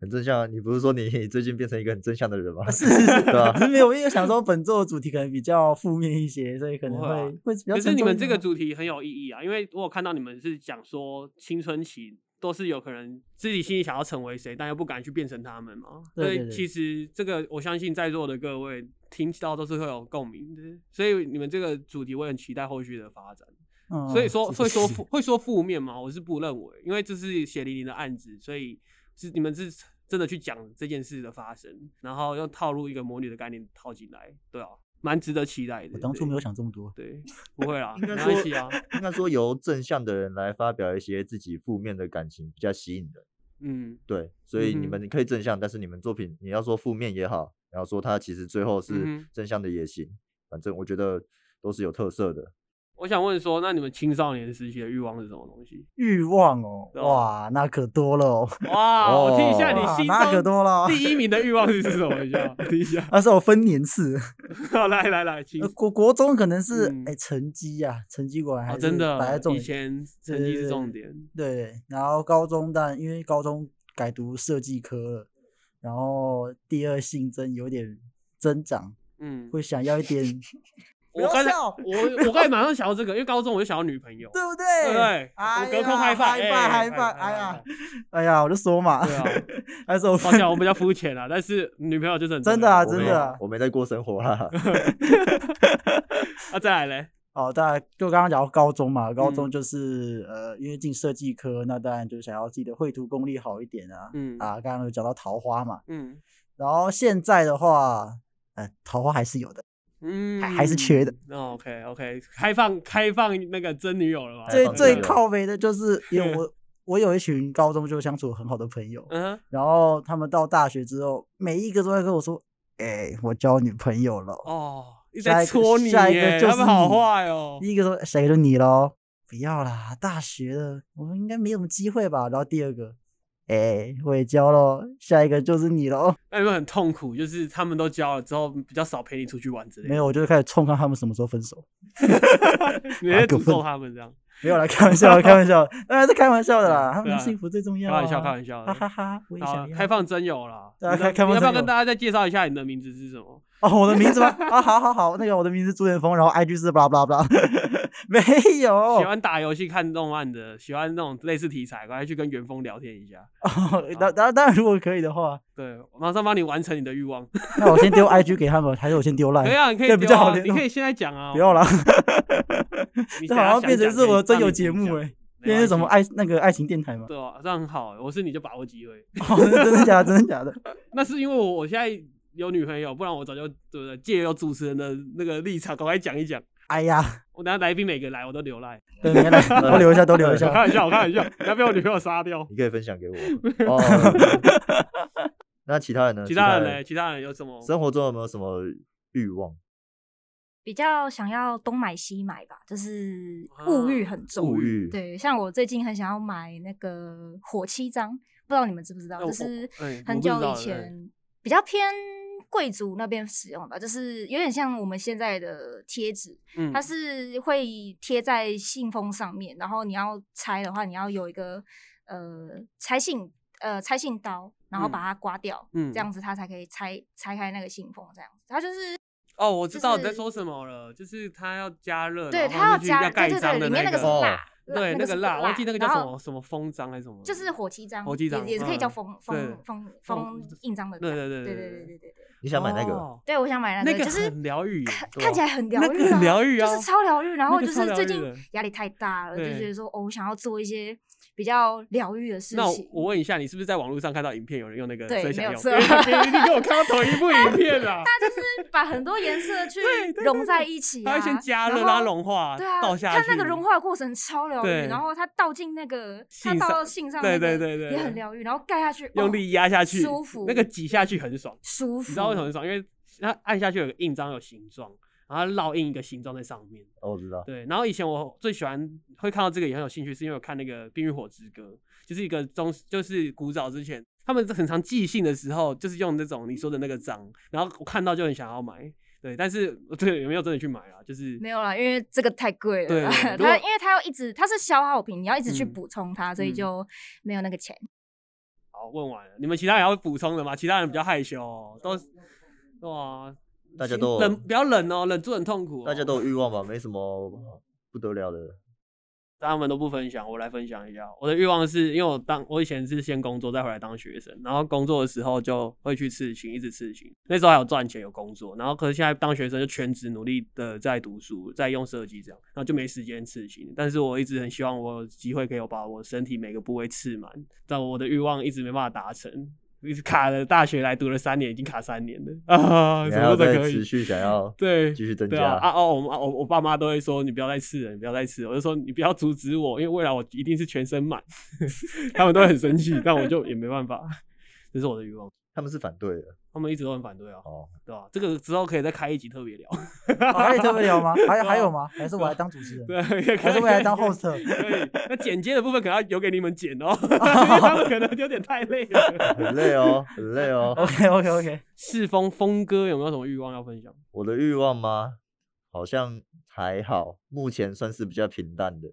Speaker 1: 很正向啊。你不是说你最近变成一个很正向的人吗？
Speaker 3: 啊是是是，
Speaker 1: 对
Speaker 2: 啊
Speaker 1: 啊吧
Speaker 3: 只是没有，因为想说本周的主题可能比较负面一些，所以可能
Speaker 2: 不会啊
Speaker 3: 会会比较
Speaker 2: 可
Speaker 3: 沉重一点
Speaker 2: 是
Speaker 3: 啊。
Speaker 2: 你们这个主题很有意义啊，因为我有看到你们是讲说青春期都是有可能自己心里想要成为谁，但又不敢去变成他们嘛。
Speaker 3: 对对对
Speaker 2: 所以其实这个我相信在座的各位听到都是会有共鸣的，所以你们这个主题我很期待后续的发展。
Speaker 3: 嗯，
Speaker 2: 所以说
Speaker 3: 是
Speaker 2: 会说
Speaker 3: 是
Speaker 2: 负会说负面吗？我是不认为，因为这是血淋淋的案子，所以是你们是真的去讲这件事的发生，然后又套入一个魔女的概念套进来，对啊，蛮值得期待的。
Speaker 3: 我当初没有
Speaker 2: 对。
Speaker 3: 想这么多，
Speaker 2: 对， 不会啦，
Speaker 1: 应
Speaker 2: 没
Speaker 1: 该
Speaker 2: 关
Speaker 1: 说
Speaker 2: 系啊。
Speaker 1: 应该说由正向的人来发表一些自己负面的感情比较吸引人。
Speaker 2: 嗯，
Speaker 1: 对，所以你
Speaker 2: 嗯哼
Speaker 1: 们可以正向，但是你们作品你要说负面也好，然后说它其实最后
Speaker 2: 嗯
Speaker 1: 是
Speaker 2: 哼
Speaker 1: 正向的也行，反正我觉得都是有特色的。
Speaker 2: 我想问说，那你们青少年时期的欲望是什么东西？
Speaker 3: 欲望哦，
Speaker 2: 对啊
Speaker 3: 哇，那可多了哦，
Speaker 2: 哇，我听一下你
Speaker 3: 哇
Speaker 2: 心
Speaker 3: 那
Speaker 2: 中
Speaker 3: 可多了哦。
Speaker 2: 第一名的欲望是什么？一下，我 听一下。
Speaker 3: 那是我分年次，
Speaker 2: 好，来来来，请。
Speaker 3: 呃国国中可能是
Speaker 2: 嗯
Speaker 3: 哎成绩呀，成绩果 然还
Speaker 2: 哦，
Speaker 3: 是
Speaker 2: 真
Speaker 3: 摆在
Speaker 2: 的，
Speaker 3: 重
Speaker 2: 以
Speaker 3: 点
Speaker 2: 前成绩是重点。
Speaker 3: 对，然后高中但因为高中改读设计科了，然后第二性征有点增长，
Speaker 2: 嗯，
Speaker 3: 会想要一点，不
Speaker 2: 我
Speaker 3: 要
Speaker 2: 刚才
Speaker 3: 笑
Speaker 2: 我我刚才马上想到这个，因为高中我就想要女朋友，
Speaker 3: 对不对？
Speaker 2: 对不对？
Speaker 3: 哎
Speaker 2: 我隔空
Speaker 3: 呀
Speaker 2: 嗨翻，
Speaker 3: 嗨
Speaker 2: 哎
Speaker 3: 翻嗨翻，哎呀，哎呀，我就说嘛，
Speaker 2: 对啊，
Speaker 3: 还是我
Speaker 2: 抱
Speaker 3: 分
Speaker 2: 歉，我比较肤浅啦，但是女朋友就是很
Speaker 3: 真
Speaker 2: 重
Speaker 3: 的啊
Speaker 1: 我
Speaker 2: 要
Speaker 3: 真
Speaker 1: 没
Speaker 3: 的
Speaker 1: 有
Speaker 3: 啊
Speaker 1: 我没在过生活啦。
Speaker 2: 啊，再来嘞，
Speaker 3: 哦，当然就刚刚讲到高中嘛，高中
Speaker 2: 嗯
Speaker 3: 就是、呃，因为进设计科，那当然就想要自己的绘图功力好一点啊，
Speaker 2: 嗯
Speaker 3: 啊，刚刚有讲到桃花嘛，
Speaker 2: 嗯
Speaker 3: 然后现在的话，呃，桃花还是有的，
Speaker 2: 嗯，
Speaker 3: 还还是缺的。
Speaker 2: 那 OK OK，开放开放那个真女友了吧？
Speaker 1: 还
Speaker 3: 最
Speaker 1: 放
Speaker 3: 最
Speaker 1: 假
Speaker 3: 靠北的就是因 为我我有一群高中就相处很好的朋友，
Speaker 2: 嗯哼，
Speaker 3: 然后他们到大学之后，每一个都在跟我说：“哎、我交女朋友了。
Speaker 2: 哦，一直
Speaker 3: 下
Speaker 2: 在
Speaker 3: 一个
Speaker 2: 戳你
Speaker 3: 下一个
Speaker 2: 耶，
Speaker 3: 就
Speaker 2: 他
Speaker 3: 是
Speaker 2: 们好
Speaker 3: 你
Speaker 2: 坏哦。
Speaker 3: 第一个说：“谁就你喽，不要啦，大学了，我们应该没什么机会吧。”然后第二个。哎、我也交咯，下一个就是你喽。
Speaker 2: 那有没有很痛苦？就是他们都交了之后，比较少陪你出去玩之类的，
Speaker 3: 没有，我就开始冲看他们什么时候分手。
Speaker 2: 你在
Speaker 3: 啊
Speaker 2: 诅
Speaker 3: 狗粪
Speaker 2: 咒他们这样？
Speaker 3: 没有 啦，开玩笑，开玩笑，当然是开玩笑的啦。他
Speaker 2: 对
Speaker 3: 们
Speaker 2: 啊
Speaker 3: 的幸福最重要、
Speaker 2: 开
Speaker 3: 啊。
Speaker 2: 玩笑，开玩笑的。
Speaker 3: 哈哈哈，我也
Speaker 2: 好啊
Speaker 3: 想，要。
Speaker 2: 开放真友啦！
Speaker 3: 对啊
Speaker 2: 你的
Speaker 3: 开开放
Speaker 2: 你要不要
Speaker 3: 真
Speaker 2: 跟
Speaker 3: 友
Speaker 2: 大家再介绍一下你的名字是什么？
Speaker 3: 哦，我的名字吗？啊，好好好，那个我的名字是朱元峰，然后 IG 是 blah blah blah，没 有，
Speaker 2: 喜欢打游戏、看动漫的，喜欢那种类似题材，赶快去跟元峰聊天一下。
Speaker 3: 哦，当当当然如果可以的话，
Speaker 2: 对，马上帮你完成你的欲望。
Speaker 3: 那我 先丢 IG 给他们，还是我先丢 line？
Speaker 2: 可以啊，你可以丢
Speaker 3: 哎对比较好
Speaker 2: 啊
Speaker 3: 联
Speaker 2: 你可
Speaker 3: 络
Speaker 2: 以现在讲啊。
Speaker 3: 不要啦，
Speaker 2: 你
Speaker 3: 这
Speaker 2: 等
Speaker 3: 好
Speaker 2: 下
Speaker 3: 像
Speaker 2: 想
Speaker 3: 变成
Speaker 2: 讲
Speaker 3: 是
Speaker 2: 可以
Speaker 3: 我的真
Speaker 2: 让
Speaker 3: 有
Speaker 2: 你
Speaker 3: 节
Speaker 2: 自己
Speaker 3: 目
Speaker 2: 讲
Speaker 3: 哎，
Speaker 2: 没
Speaker 3: 变
Speaker 2: 关
Speaker 3: 成什么
Speaker 2: 系
Speaker 3: 爱那个爱情电台吗？
Speaker 2: 对啊，这样很好欸，我是你就把握机会。
Speaker 3: 哦，真的假的？真的假的？
Speaker 2: 那是因为我我现在有女朋友，不然我早就对不对？借由主持人的那个立场，赶快讲一讲。
Speaker 3: 哎呀，
Speaker 2: 我等下来宾每个来我都流 泪，
Speaker 3: 对，没 了，都留一下，都留一
Speaker 2: 我开
Speaker 3: 下。
Speaker 2: 玩笑，我开玩笑，不要被我女朋友杀 掉。
Speaker 1: 你可以分享给我。 哦，那其他人呢？
Speaker 2: 其他人呢？其他人有什么？
Speaker 1: 生活中有没有什么欲望？
Speaker 4: 比较想要东买西买吧，就是
Speaker 2: 啊
Speaker 4: 物欲很重。
Speaker 1: 物欲
Speaker 4: 对，像我最近很想要买那个火七章，不知道你们知不知道，
Speaker 2: 那我
Speaker 4: 就是
Speaker 2: 哎我
Speaker 4: 很
Speaker 2: 不知
Speaker 4: 久
Speaker 2: 道
Speaker 4: 以
Speaker 2: 对
Speaker 4: 前比较偏贵族那边使用吧，就是有点像我们现在的贴纸，
Speaker 2: 嗯
Speaker 4: 它是会贴在信封上面，然后你要拆的话，你要有一个呃拆信呃拆信刀，然后把
Speaker 2: 嗯
Speaker 4: 它刮掉，
Speaker 2: 嗯
Speaker 4: 这样子它才可以拆拆开那个信封，这样子啊它就是
Speaker 2: 哦，我知
Speaker 4: 就
Speaker 2: 道你在
Speaker 4: 是
Speaker 2: 说什么了，就是它要加热，
Speaker 4: 对
Speaker 2: 然后
Speaker 4: 它要
Speaker 2: 进去
Speaker 4: 加
Speaker 2: 盖
Speaker 4: 对对
Speaker 2: 章
Speaker 4: 对，
Speaker 2: 的
Speaker 4: 里面那
Speaker 2: 个
Speaker 4: 个是
Speaker 1: 哦
Speaker 4: 蜡，
Speaker 2: 对
Speaker 4: 那
Speaker 2: 个
Speaker 4: 个
Speaker 2: 蜡，我记得那个叫
Speaker 4: 然
Speaker 2: 什
Speaker 4: 后
Speaker 2: 么什么封章还是什么，
Speaker 4: 就是火漆章，
Speaker 2: 火漆章
Speaker 4: 也也是可以叫
Speaker 2: 嗯
Speaker 4: 封
Speaker 2: 对
Speaker 4: 封封封印章的章，
Speaker 2: 对对对对对
Speaker 4: 对对对对对对。
Speaker 1: 你想买那个？
Speaker 2: 哦
Speaker 4: 对，我想买
Speaker 2: 那
Speaker 4: 那
Speaker 2: 个
Speaker 4: 就是
Speaker 2: 很疗愈耶
Speaker 4: 看
Speaker 2: 对吧
Speaker 4: 看起来很疗
Speaker 2: 那个
Speaker 4: 愈、
Speaker 2: 很
Speaker 4: 啊，
Speaker 2: 疗愈啊
Speaker 4: 就是超疗愈。然后
Speaker 2: 那个
Speaker 4: 就
Speaker 2: 超
Speaker 4: 是
Speaker 2: 疗
Speaker 4: 最
Speaker 2: 愈
Speaker 4: 近
Speaker 2: 的
Speaker 4: 压力太大了，就
Speaker 2: 对
Speaker 4: 觉得说哦，我想要做一些比较疗愈的事
Speaker 2: 那我
Speaker 4: 情。
Speaker 2: 我问一下，你是不是在网络上看到影片有人用那个，
Speaker 4: 对
Speaker 2: 所以想
Speaker 4: 没有
Speaker 2: 用？
Speaker 4: 错
Speaker 2: 因为他给你给我看到同一 部影片啊，
Speaker 4: 就是把很多颜 色去
Speaker 2: 对对对
Speaker 4: 融在一起、啊，
Speaker 2: 它会先加热，
Speaker 4: 然
Speaker 2: 让它
Speaker 4: 后
Speaker 2: 融化，
Speaker 4: 对啊，
Speaker 2: 倒下去。
Speaker 4: 它那个融化的过程超疗
Speaker 2: 对
Speaker 4: 愈，然后它倒进那个，它
Speaker 2: 信上
Speaker 4: 倒到信上、那
Speaker 2: 对对
Speaker 4: 个，
Speaker 2: 对对
Speaker 4: 也
Speaker 2: 对
Speaker 4: 很疗愈。然后盖下去，
Speaker 2: 用
Speaker 4: 哦
Speaker 2: 力压下去，
Speaker 4: 舒服
Speaker 2: 那个挤下去很爽。
Speaker 4: 舒服，
Speaker 2: 你知道为什么很爽？因为它按下去有个印章，有形状，然后它烙印一个形状在上面。
Speaker 1: 哦，我知道。
Speaker 2: 对，然后以前我最喜欢会看到这个也很有兴趣，是因为我看那个《冰与火之歌》，就是一个中，就是古早之前他们很常寄信的时候，就是用那种你说的那个章，然后我看到就很想要买，对，但是对有没有真的去买啊？就是
Speaker 4: 没有啦，因为这个太贵 了啦。
Speaker 2: 对如
Speaker 4: 它
Speaker 2: 果
Speaker 4: 因为它要一直，它是消耗品，你要一直去
Speaker 2: 嗯
Speaker 4: 补充它，所以
Speaker 2: 嗯
Speaker 4: 就没有那个钱。
Speaker 2: 好问完了，你们其他人还要补充的吗？其他人比较害羞、哦，都哇，
Speaker 1: 大家
Speaker 2: 心
Speaker 1: 都有
Speaker 2: 忍，不要忍哦，忍住很痛苦、哦。
Speaker 1: 大家都有欲望吧，没什么不得了的。
Speaker 2: 他们都不分享，我来分享一下。我的欲望是因为我当我以前是先工作，再回来当学生，然后工作的时候就会去刺青，一直刺青。那时候还有赚钱有工作，然后可是现在当学生就全职努力的在读书，在用设计这样，然后就没时间刺青。但是我一直很希望我有机会可以把我身体每个部位刺满，但我的欲望一直没办法达成。一直卡了，大学来读了三年，已经卡三年了 啊！
Speaker 1: 你
Speaker 2: 什
Speaker 1: 还
Speaker 2: 么
Speaker 1: 要
Speaker 2: 都
Speaker 1: 再
Speaker 2: 可以
Speaker 1: 持续想要
Speaker 2: 对
Speaker 1: 继续增
Speaker 2: 对
Speaker 1: 加
Speaker 2: 啊啊哦，我们啊我我爸妈都会说你不要再吃了，你不要再吃了，我就说你不要阻止我，因为未来我一定是全身满， 他们都会很生气，但我就也没办法，这是我的欲望。
Speaker 1: 他们是反对的
Speaker 2: 他们一直都很反对啊，
Speaker 1: 哦，
Speaker 2: 对吧、这个之后可以再开一集特别聊，
Speaker 1: 嗯
Speaker 3: 哦还有特别聊吗？还还
Speaker 2: 对啊
Speaker 3: 有吗？还是我来当主持人？
Speaker 2: 对，也可
Speaker 3: 还
Speaker 2: 以
Speaker 3: 是我来当
Speaker 2: 可以
Speaker 3: host？
Speaker 2: 可 以，那剪接的部分可能要留给你们 剪哦，因为他们可能有点太累了。
Speaker 1: 很累哦，很累 哦。
Speaker 3: OK OK OK，
Speaker 2: 世峰峰哥有没有什么欲望要分享？
Speaker 1: 我的欲望吗？好像还好，目前算是比较平淡的。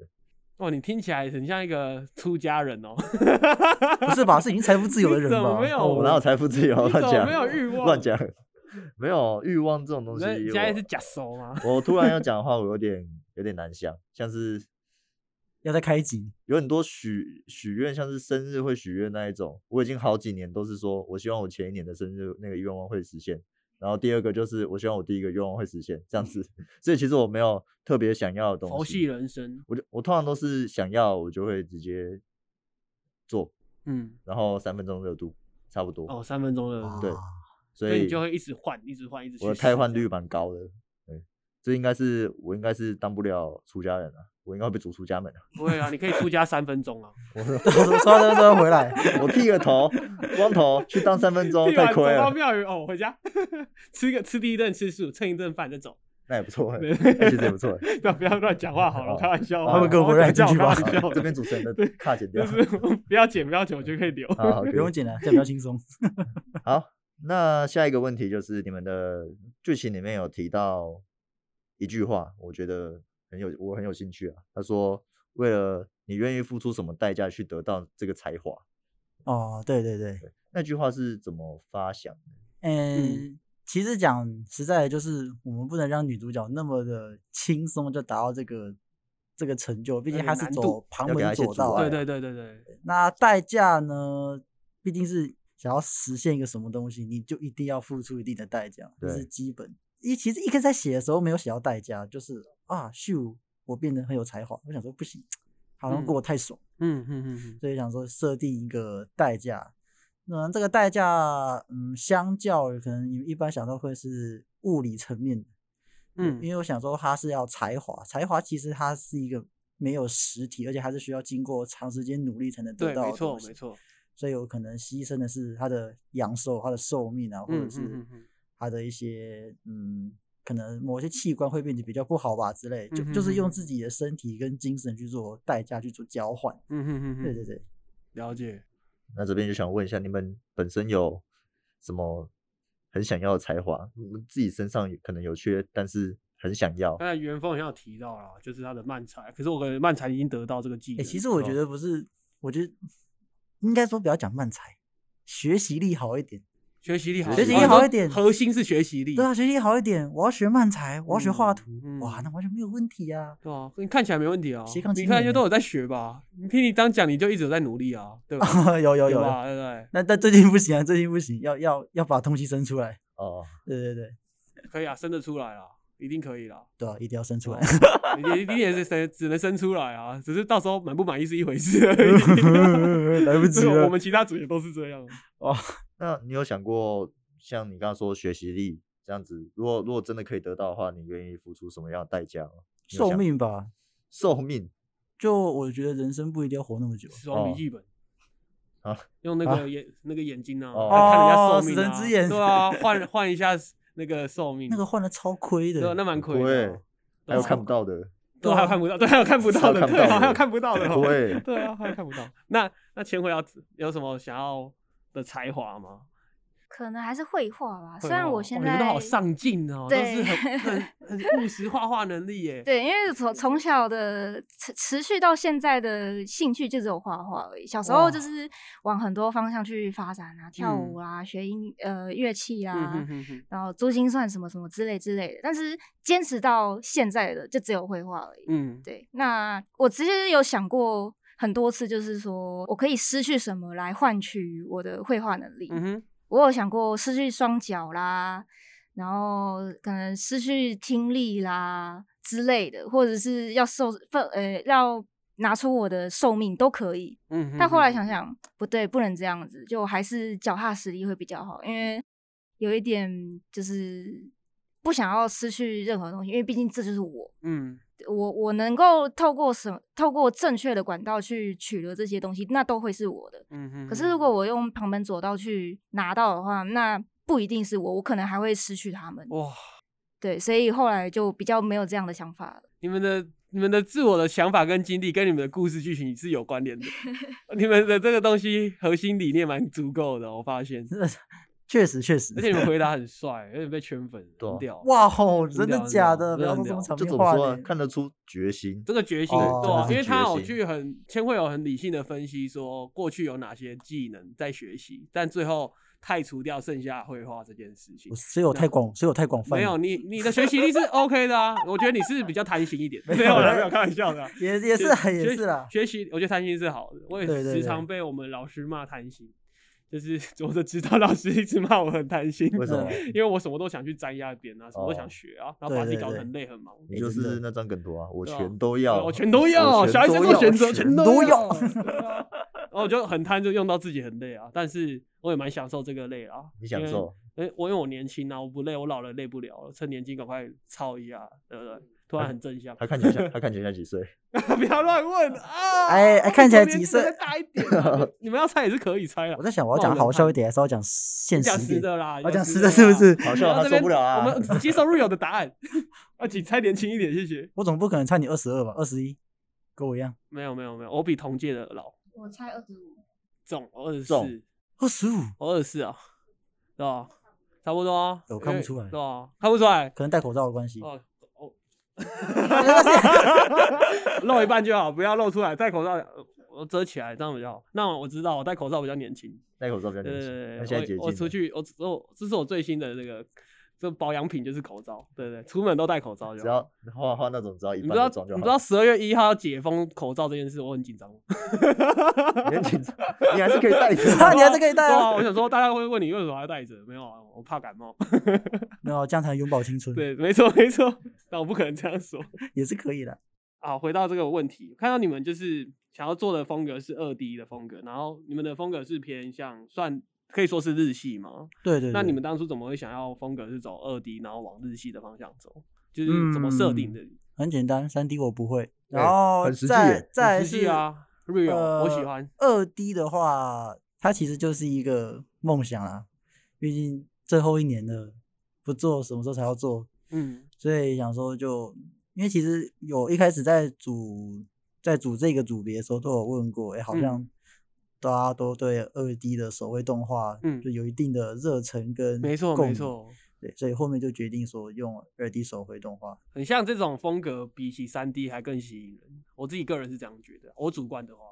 Speaker 2: 哦，你听起来很像一个出家人哦。
Speaker 3: 不是吧？是已经财富自由的人
Speaker 2: 你怎
Speaker 3: 吧哦
Speaker 2: 么？没有
Speaker 1: 我哪有财富自由？
Speaker 2: 哦你怎
Speaker 1: 乱
Speaker 2: 么
Speaker 1: 讲，
Speaker 2: 没有欲望
Speaker 1: 乱讲，没有欲望这种东
Speaker 2: 你
Speaker 1: 西
Speaker 2: 在你现在是
Speaker 1: 我。
Speaker 2: 假熟吗？
Speaker 1: 我突然要讲的话，我有点有点难想，像是
Speaker 3: 要再开一集，
Speaker 1: 有很多许许愿，像是生日会许愿那一种，我已经好几年都是说，我希望我前一年的生日那个愿望会实现。然后第二个就是我希望我第一个愿望会实现，这样子。所以其实我没有特别想要的东西。
Speaker 2: 佛系人生，
Speaker 1: 我就我通常都是想要，我就会直接做，
Speaker 2: 嗯，
Speaker 1: 然后三分钟热度差不多，
Speaker 2: 哦，三分钟的，
Speaker 1: 对
Speaker 3: 哇
Speaker 1: 所
Speaker 2: 所以
Speaker 1: 以
Speaker 2: 你就会一直换，一直换，一直去
Speaker 1: 我的
Speaker 2: 试
Speaker 1: 汰换
Speaker 2: 这
Speaker 1: 率
Speaker 2: 样
Speaker 1: 蛮高的。对，这应该是我应该是当不了出家人了，我应该会被逐出家 门了。
Speaker 2: 不会啊，你可以出家三分钟啊，
Speaker 3: 我说说到这边回来，
Speaker 1: 我剃个头，光头去当三分钟
Speaker 2: 剃完
Speaker 1: 太亏
Speaker 2: 走到
Speaker 1: 了，
Speaker 2: 庙宇哦，回家吃个吃第一顿吃素，蹭一顿饭再走，
Speaker 1: 那也不错欸，
Speaker 2: 对
Speaker 1: 那其实也不错欸。
Speaker 2: 不要不要乱讲话好了，我
Speaker 1: 哦
Speaker 2: 开玩笑的，啊
Speaker 1: 他们根
Speaker 3: 本不
Speaker 2: 我
Speaker 3: 让你
Speaker 2: 讲
Speaker 3: 进去
Speaker 2: 笑
Speaker 3: 吧
Speaker 2: 我开玩笑的
Speaker 1: 这边主持人的
Speaker 2: 对
Speaker 1: 卡剪掉
Speaker 2: 就。是不要剪不要剪，我觉得可以留。
Speaker 1: 好 好，可以
Speaker 3: 不用剪了，这样比较轻松。
Speaker 1: 好，那下一个问题就是你们的剧情里面有提到一句话，我觉得很有我很有兴趣啊。他说：“为了你愿意付出什么代价去得到这个才华。
Speaker 3: 哦，对对对，”
Speaker 1: 那句话是怎么发想的？
Speaker 3: 嗯，其实讲实在的，就是我们不能让女主角那么的轻松就达到这个这个成就，毕
Speaker 2: 有点
Speaker 3: 竟她是
Speaker 2: 难
Speaker 3: 走
Speaker 2: 度
Speaker 3: 旁
Speaker 1: 要给她
Speaker 3: 门
Speaker 1: 一些
Speaker 3: 左
Speaker 1: 阻
Speaker 3: 道
Speaker 1: 碍
Speaker 3: 啊
Speaker 2: 对，对对对对，
Speaker 3: 那代价呢，毕竟是想要实现一个什么东西，你就一定要付出一定的代价，这
Speaker 1: 对
Speaker 3: 是基本。一其实一开始在写的时候没有写到代价，就是啊，咻，我变得很有才华，我想说不行，好像
Speaker 2: 嗯
Speaker 3: 过得太爽，
Speaker 2: 嗯嗯嗯
Speaker 3: 所以想说设定一个代价。那这个代价，嗯，相较于可能你们一般想到会是物理层面的，
Speaker 2: 嗯
Speaker 3: 因为我想说它是要才华，才华其实它是一个没有实体，而且它是需要经过长时间努力才能得
Speaker 2: 对，
Speaker 3: 到
Speaker 2: 没
Speaker 3: 的
Speaker 2: 错
Speaker 3: 东西。
Speaker 2: 没错，
Speaker 3: 所以有可能牺牲的是他的阳寿、他的寿命啊，或
Speaker 2: 嗯
Speaker 3: 者
Speaker 2: 嗯嗯
Speaker 3: 是
Speaker 2: 嗯，
Speaker 3: 他的一些嗯，可能某些器官会变得比较不好吧之类，就
Speaker 2: 嗯哼
Speaker 3: 就是
Speaker 2: 哼
Speaker 3: 用
Speaker 2: 哼
Speaker 3: 自己的身体跟精神去做代价去做交换。
Speaker 2: 嗯嗯嗯，
Speaker 3: 对对，对，
Speaker 2: 了解。
Speaker 1: 那这边就想问一下，你们本身有什么很想要的才华？你们自己身上有可能有缺，但是很想要
Speaker 2: 刚。才元峰好像有提到啦，就是他的漫才，可是我感觉漫才已经得到这个技
Speaker 3: 哎、
Speaker 2: 能。
Speaker 3: 其实我觉
Speaker 2: 哦
Speaker 3: 得不是，我觉得应该说不要讲慢才，学习力好一点。
Speaker 2: 学习力好，
Speaker 1: 学习
Speaker 2: 哦
Speaker 1: 力
Speaker 2: 你
Speaker 1: 好
Speaker 2: 说
Speaker 3: 一点
Speaker 2: 核心是学习力。
Speaker 3: 对啊，学习好一点，我要学慢才，我要学画
Speaker 2: 嗯
Speaker 3: 图，
Speaker 2: 嗯
Speaker 3: 哇，那完全没有问题啊。
Speaker 2: 对啊，你看起来没问题啊，
Speaker 3: 斜杠
Speaker 2: 你
Speaker 3: 青
Speaker 2: 看
Speaker 3: 年
Speaker 2: 就
Speaker 3: 呢
Speaker 2: 都有在学吧。你听你当讲，你就一直有在努力啊，对吧？
Speaker 3: 有 有
Speaker 2: 对
Speaker 3: 有，
Speaker 2: 吧？对不对？
Speaker 3: 那但最近不行啊，最近不行，要要要把东西生出来。
Speaker 1: 哦，
Speaker 3: 对对对，
Speaker 2: 可以啊，生得出来啊，一定可以啦。
Speaker 3: 对啊，一定要生出
Speaker 2: 哦
Speaker 3: 来。
Speaker 2: 你你你也是生，只能生出来啊，只是到时候满不满意是一回事而已。
Speaker 3: 来不及
Speaker 2: 这个
Speaker 3: 了
Speaker 2: 我们其他组也都是这样。
Speaker 1: 那你有想过，像你刚刚说学习力这样子，如果如果真的可以得到的话，你愿意付出什么样的代价吗？你有
Speaker 3: 寿
Speaker 1: 想
Speaker 3: 命吧，
Speaker 1: 寿命
Speaker 3: 就我觉得人生不一定要活那么久。
Speaker 2: 死亡笔记本
Speaker 1: 啊，
Speaker 2: 用那
Speaker 3: 啊
Speaker 2: 个眼那个眼睛啊，
Speaker 1: 哦
Speaker 2: 看人家寿
Speaker 3: 哦
Speaker 2: 命
Speaker 3: 死人
Speaker 2: 啊
Speaker 3: 之眼
Speaker 2: 对啊，换换一下那个寿命，
Speaker 3: 那个换的超亏
Speaker 2: 对啊，那
Speaker 3: 的，
Speaker 2: 蛮亏的
Speaker 1: 对
Speaker 2: 啊。
Speaker 1: 还有
Speaker 2: 对啊
Speaker 1: 看不到的，
Speaker 2: 对，还有看不到，对，还有看不到的，
Speaker 1: 还有看不到的
Speaker 2: 对啊，还有看不到的哦，
Speaker 1: 对
Speaker 2: 对 啊，还有看不到。那那千惠要有什么想要的才华吗？
Speaker 4: 可能还是绘画吧。虽
Speaker 2: 会
Speaker 4: 然
Speaker 2: 画
Speaker 4: 我
Speaker 2: 哇
Speaker 4: 现
Speaker 2: 你们都
Speaker 4: 在
Speaker 2: 好上进哦，都是
Speaker 4: 对
Speaker 2: 很很 很务实画画能力耶。
Speaker 4: 对，因为从从小的持持续到现在的兴趣就只有画画而已。小时候就
Speaker 2: 哇
Speaker 4: 是往很多方向去发展啊，跳
Speaker 2: 嗯
Speaker 4: 舞啊，学音呃乐器
Speaker 2: 嗯
Speaker 4: 啊，
Speaker 2: 哼哼哼
Speaker 4: 然后珠心算什么什么之类之类的。但是坚持到现在的就只有绘画而已。
Speaker 2: 嗯，
Speaker 4: 对，那我其实有想过很多次，就是说我可以失去什么来换取我的绘画能力。
Speaker 2: 嗯哼，
Speaker 4: 我有想过失去双脚啦，然后可能失去听力啦之类的，或者是要受分呃要拿出我的寿命都可以。
Speaker 2: 嗯哼。
Speaker 4: 但后来想
Speaker 2: 哼，
Speaker 4: 想，不对，不能这样子，就还是脚踏实地会比较好，因为有一点就是不想要失去任何东西，因为毕竟这就是我。
Speaker 2: 嗯
Speaker 4: 我我能够透过什么透过正确的管道去取得这些东西，那都会是我的。
Speaker 2: 嗯哼。
Speaker 4: 可是如果我用旁门左道去拿到的话，那不一定是我，我可能还会失去他们。
Speaker 2: 哇，
Speaker 4: 对，所以后来就比较没有这样的想法了。
Speaker 2: 你们的你们的自我的想法跟经历跟你们的故事剧情是有关联 的，你们的这个东西核心理念蛮足够的，我 发现，
Speaker 3: 确实确实
Speaker 2: 而。且你们回答很帅，有点被圈粉，
Speaker 1: 对啊
Speaker 2: 很屌。
Speaker 3: 哇吼，
Speaker 2: 很
Speaker 3: 真
Speaker 2: 屌
Speaker 3: 的
Speaker 2: 很
Speaker 3: 假
Speaker 2: 屌
Speaker 3: 的？不
Speaker 2: 真的
Speaker 3: 要
Speaker 2: 很
Speaker 3: 说这
Speaker 2: 屌
Speaker 3: 种场
Speaker 1: 就
Speaker 3: 面
Speaker 1: 怎么
Speaker 3: 话
Speaker 1: 说啊、
Speaker 3: 嘞
Speaker 1: 看得出决心。
Speaker 2: 这个决心，
Speaker 3: 哦
Speaker 2: 对啊，
Speaker 3: 真的是
Speaker 2: 因为他
Speaker 1: 决
Speaker 2: 有
Speaker 1: 心
Speaker 2: 去很千惠有很理性的分析说过去有哪些技能在学习，但最后汰除掉剩下绘画这件事情
Speaker 3: 我。所以我太广，所以我太广泛了。
Speaker 2: 啊没有你，你的学习力是 OK 的啊，我觉得你是比较贪心一点，没有啦，没有开玩笑的啊、
Speaker 3: 也也是
Speaker 2: 学
Speaker 3: 啦也
Speaker 2: 学
Speaker 3: 是啦，
Speaker 2: 学习我觉得贪心是好的，我也
Speaker 3: 对对
Speaker 2: 时常被我们老师骂贪心，就是 我的指导老师一直骂我很贪心，
Speaker 1: 为什么？
Speaker 3: 嗯
Speaker 2: 因为我什么都想去沾压边啊，什么都想
Speaker 1: 哦
Speaker 2: 学啊，然后把自己
Speaker 3: 对对
Speaker 2: 搞得
Speaker 3: 对
Speaker 2: 很累很忙。
Speaker 1: 你就
Speaker 3: 真的
Speaker 1: 是那张梗图啊，我
Speaker 2: 对啊
Speaker 1: 全都
Speaker 2: 对
Speaker 1: 要，
Speaker 2: 我全都
Speaker 3: 哦
Speaker 2: 要，
Speaker 1: 我
Speaker 2: 小孩子
Speaker 1: 全都
Speaker 2: 做
Speaker 1: 要
Speaker 2: 选择
Speaker 1: 全
Speaker 2: 全
Speaker 3: 都
Speaker 2: 要
Speaker 3: 要。
Speaker 2: 对 啊然后我就很贪，就用到自己很累啊，但是我也蛮享受这个累啊。
Speaker 1: 你享
Speaker 2: 因为
Speaker 1: 受？
Speaker 2: 哎，我因为我年轻啊，我不累，我老了累不了，趁年轻赶快操一下，对不对？突然很正向，
Speaker 1: 他看起来像他看起来像几岁？
Speaker 2: 不要乱 问啊！
Speaker 3: 哎哎看起来
Speaker 2: 我年纪
Speaker 3: 几岁
Speaker 2: 再大一点啊， 你们要猜也是可以猜啦
Speaker 3: 我。在想我要
Speaker 2: 冒
Speaker 3: 讲
Speaker 2: 冷
Speaker 3: 好笑
Speaker 2: 汗
Speaker 3: 一点，还是 要讲现
Speaker 2: 讲
Speaker 3: 实一
Speaker 2: 实
Speaker 3: 点？
Speaker 2: 的啊啦，
Speaker 3: 我
Speaker 2: 讲
Speaker 3: 讲
Speaker 2: 实
Speaker 3: 实的，是不
Speaker 2: 啦？
Speaker 3: 是？
Speaker 1: 好
Speaker 2: 然
Speaker 1: 笑，
Speaker 2: 后
Speaker 1: 他受
Speaker 2: 这边
Speaker 1: 不了啊！
Speaker 2: 我们只接受 real 的答案， 啊，请猜年轻一点，谢谢。
Speaker 3: 我总不可能差你二十二吧？二十一，跟我一样。
Speaker 2: 没有没有没有，我比同届的老，
Speaker 4: 我猜二十五，
Speaker 2: 中我二十四
Speaker 1: 中，
Speaker 3: 二十五，
Speaker 2: 我二十四啊，对吧？差不多啊，
Speaker 3: 我看不
Speaker 2: 因为
Speaker 3: 出来
Speaker 2: 对吧？看不出来，
Speaker 3: 可能戴口罩的关系。
Speaker 2: 哦哦，
Speaker 3: 那
Speaker 2: 露一半就好，不要露出来，戴口罩，呃我遮起来这样比较好。那我知道，我戴口罩比较年轻。
Speaker 1: 戴口罩比较
Speaker 2: 对
Speaker 1: 年
Speaker 2: 对
Speaker 1: 轻，
Speaker 2: 对
Speaker 1: 那现在
Speaker 2: 对
Speaker 1: 解禁
Speaker 2: 我我出
Speaker 1: 了
Speaker 2: 去，我我这是我最新的那个，这保养品就是口罩，对对，出门都戴口罩就好。
Speaker 1: 只要画画那种，只要一
Speaker 2: 你
Speaker 1: 半
Speaker 2: 知道
Speaker 1: 的妆就
Speaker 2: 你
Speaker 1: 好。
Speaker 2: 知道十二月一号要解封口罩这件事，我很紧张。
Speaker 1: 你很 紧张，你还是可以戴着的。
Speaker 3: 你还是可以戴
Speaker 2: 对
Speaker 3: 啊。
Speaker 2: 啊，我想说大家会问你为什么要戴着，没有啊，我怕感冒。
Speaker 3: 没有，啊这样才能永葆青春。，
Speaker 2: 对，没错没错，但我不可能这样 说。
Speaker 3: 也是可以的。
Speaker 2: 啊，回到这个问题，看到你们就是想要做的风格是二 D 的风格，然后你们的风格是偏向算可以说是日系吗？
Speaker 3: 对对。
Speaker 2: 那
Speaker 3: 对
Speaker 2: 你们当初怎么会想要风格是走二 D，然后往日系的方向走？就是怎么设定的？
Speaker 3: 很简单，三 D 我不会。
Speaker 1: 哎
Speaker 3: 然后
Speaker 1: 很实际
Speaker 3: 再
Speaker 1: 耶
Speaker 3: 再来
Speaker 2: 很实际
Speaker 3: 是
Speaker 2: 啊，real，、我喜
Speaker 3: 呃
Speaker 2: 欢。
Speaker 3: 二 D 的话，它其实就是一个梦想啦，毕竟最后一年了，不做什么时候才要做？
Speaker 2: 嗯
Speaker 3: 所以想说就，因为其实有一开始在组在组这个组别的时候，都有问过，哎、
Speaker 2: 嗯
Speaker 3: 好像大家都对二 D 的手绘动画，
Speaker 2: 嗯
Speaker 3: 就有一定的热忱跟
Speaker 2: 没错
Speaker 3: 共
Speaker 2: 没
Speaker 3: 鸣，
Speaker 2: 错，
Speaker 3: 对，所以后面就决定说用二 D 手绘动画，
Speaker 2: 很像这种风格，比起三 D 还更吸引人。我自己个人是这样觉得，我主观的话，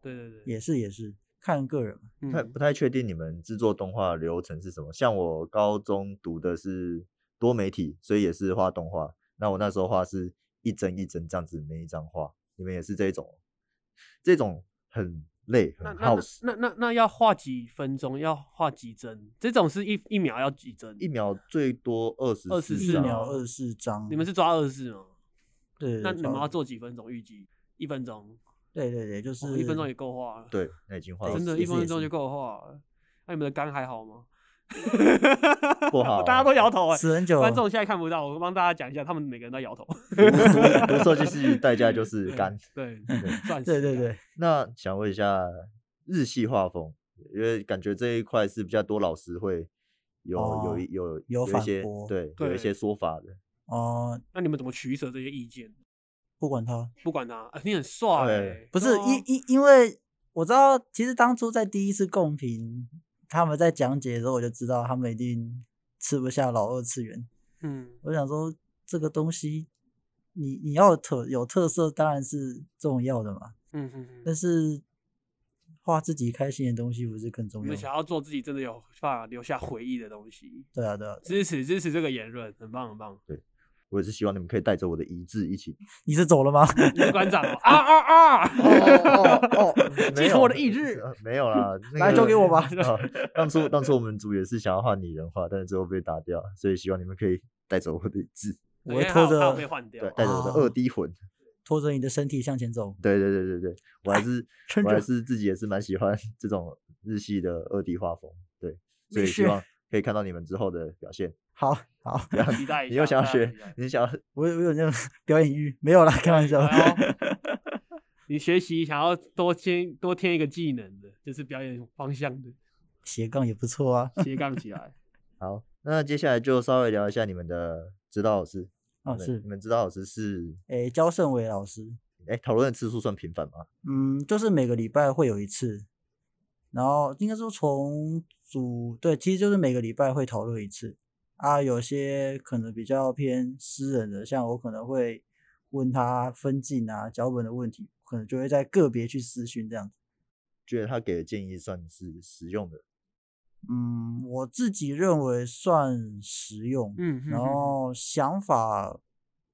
Speaker 2: 对对对，
Speaker 3: 也是也是看个人嘛，
Speaker 2: 嗯
Speaker 1: 不太不太确定你们制作动画的流程是什么。像我高中读的是多媒体，所以也是画动画。那我那时候画是一帧一帧这样子，每一张画。你们也是这种，这种很累，
Speaker 2: 那
Speaker 1: 很
Speaker 2: 那
Speaker 1: 耗
Speaker 2: 那
Speaker 1: 时。
Speaker 2: 那那那要画几分钟？要画几帧？这种是一一秒要几帧？
Speaker 1: 一秒最多二十
Speaker 2: 24是
Speaker 3: 一
Speaker 2: 啊
Speaker 3: 秒二十四章，
Speaker 2: 你们是抓二十四吗？
Speaker 3: 对，
Speaker 2: 那你们
Speaker 3: 抓
Speaker 2: 要做几分钟？预计一分钟，
Speaker 3: 对对对，就是、
Speaker 2: 哦一分钟也够画了。，
Speaker 1: 对，那已经画到
Speaker 2: 真的，
Speaker 1: 死
Speaker 2: 一
Speaker 3: 也是
Speaker 2: 分
Speaker 3: 也
Speaker 2: 钟
Speaker 3: 是
Speaker 2: 就够画了。那你们的肝还好吗？
Speaker 1: 不好 啊哦
Speaker 2: 大家都摇头哎、
Speaker 3: 死很久，
Speaker 2: 观众现在看不到，我帮大家讲一下，他们每个人都摇头。
Speaker 1: 读读读 设计系代价就是干。
Speaker 2: 对，
Speaker 1: 对
Speaker 2: 算是啊
Speaker 3: 对对
Speaker 2: 干
Speaker 3: 对，
Speaker 1: 那想问一下日系画风，因为感觉这一块是比较多老师会有、
Speaker 2: 哦
Speaker 1: 有一有
Speaker 3: 有
Speaker 1: 一
Speaker 3: 反
Speaker 1: 些
Speaker 3: 驳
Speaker 1: 对有
Speaker 2: 对
Speaker 1: 一些说法的。
Speaker 3: 哦、
Speaker 2: 那你们怎么取舍这些意见？
Speaker 3: 不管他，
Speaker 2: 不管他，啊
Speaker 1: 呃
Speaker 2: 你很帅、
Speaker 1: 对
Speaker 2: 欸，
Speaker 3: 不是
Speaker 2: 对啊
Speaker 3: 因因因为我知道，其实当初在第一次共评他们在讲解的时候，我就知道他们一定吃不下老二次元。
Speaker 2: 嗯，
Speaker 3: 我想说，这个东西，你你要有特有特色当然是重要的嘛，
Speaker 2: 嗯嗯
Speaker 3: 但
Speaker 2: 嗯，
Speaker 3: 是画自己开心的东西不是更
Speaker 2: 我
Speaker 3: 重要
Speaker 2: 们
Speaker 3: 吗？
Speaker 2: 想要做自己真的有办法留下回忆的东西，
Speaker 3: 对啊，对啊，
Speaker 2: 支持支持这个言论，很棒很棒。
Speaker 1: 我也是希望你们可以带着我的遗志一 起。
Speaker 3: 你是走了吗？
Speaker 2: 刘馆长哦，啊啊啊！
Speaker 1: 哦
Speaker 3: 嗯
Speaker 1: 哦，
Speaker 2: 继承我的意志
Speaker 1: 呃没有 啦，那
Speaker 3: 来
Speaker 1: 个
Speaker 3: 交给我吧
Speaker 1: 啊 当初当初我们组也是想要画拟人画，但是最后被打掉，所以希望你们可以带走我的意志，
Speaker 3: 我会
Speaker 2: 因为
Speaker 3: 拖
Speaker 2: 他有他有
Speaker 3: 着
Speaker 2: 被换掉
Speaker 1: 对，，带着我的
Speaker 3: 哦
Speaker 1: 二 D 魂。
Speaker 3: 拖着你的身体向前走，
Speaker 1: 对对对对对，我还 是
Speaker 3: 撑
Speaker 1: 我还
Speaker 3: 着
Speaker 1: 是自己也是蛮喜欢这种日系的二 D 画风，对，所
Speaker 3: 没
Speaker 1: 以希
Speaker 3: 事
Speaker 1: 望可以看到你们之后的表现。
Speaker 3: 好好，
Speaker 1: 不要
Speaker 2: 期待一
Speaker 1: 你又
Speaker 2: 下
Speaker 1: 想要
Speaker 2: 大家
Speaker 1: 学
Speaker 2: 期待，
Speaker 1: 你想要
Speaker 3: 我有我有那种 表演欲，没有啦，开玩笑。哦
Speaker 2: 哎呦你学习想要多添多添一个技能的，就是表演方向 的
Speaker 3: 斜杠也不错啊。
Speaker 2: 斜杠起 来。
Speaker 1: 好，那接下来就稍微聊一下你们的指导老师
Speaker 3: 哦，
Speaker 1: 对
Speaker 3: 是
Speaker 1: 你，们指导老师是
Speaker 3: 诶，焦胜伟老师，
Speaker 1: 哎，讨论的次数算频繁吗？
Speaker 3: 嗯，就是每个礼拜会有一次，然后应该说从组对，其实就是每个礼拜会讨论一次啊。有些可能比较偏私人的，像我可能会问他分镜啊、脚本的问题，可能就会在个别去私讯这样子。
Speaker 1: 觉得他给的建议算是实用的。
Speaker 3: 嗯，我自己认为算实用，
Speaker 2: 嗯，
Speaker 3: 然后想法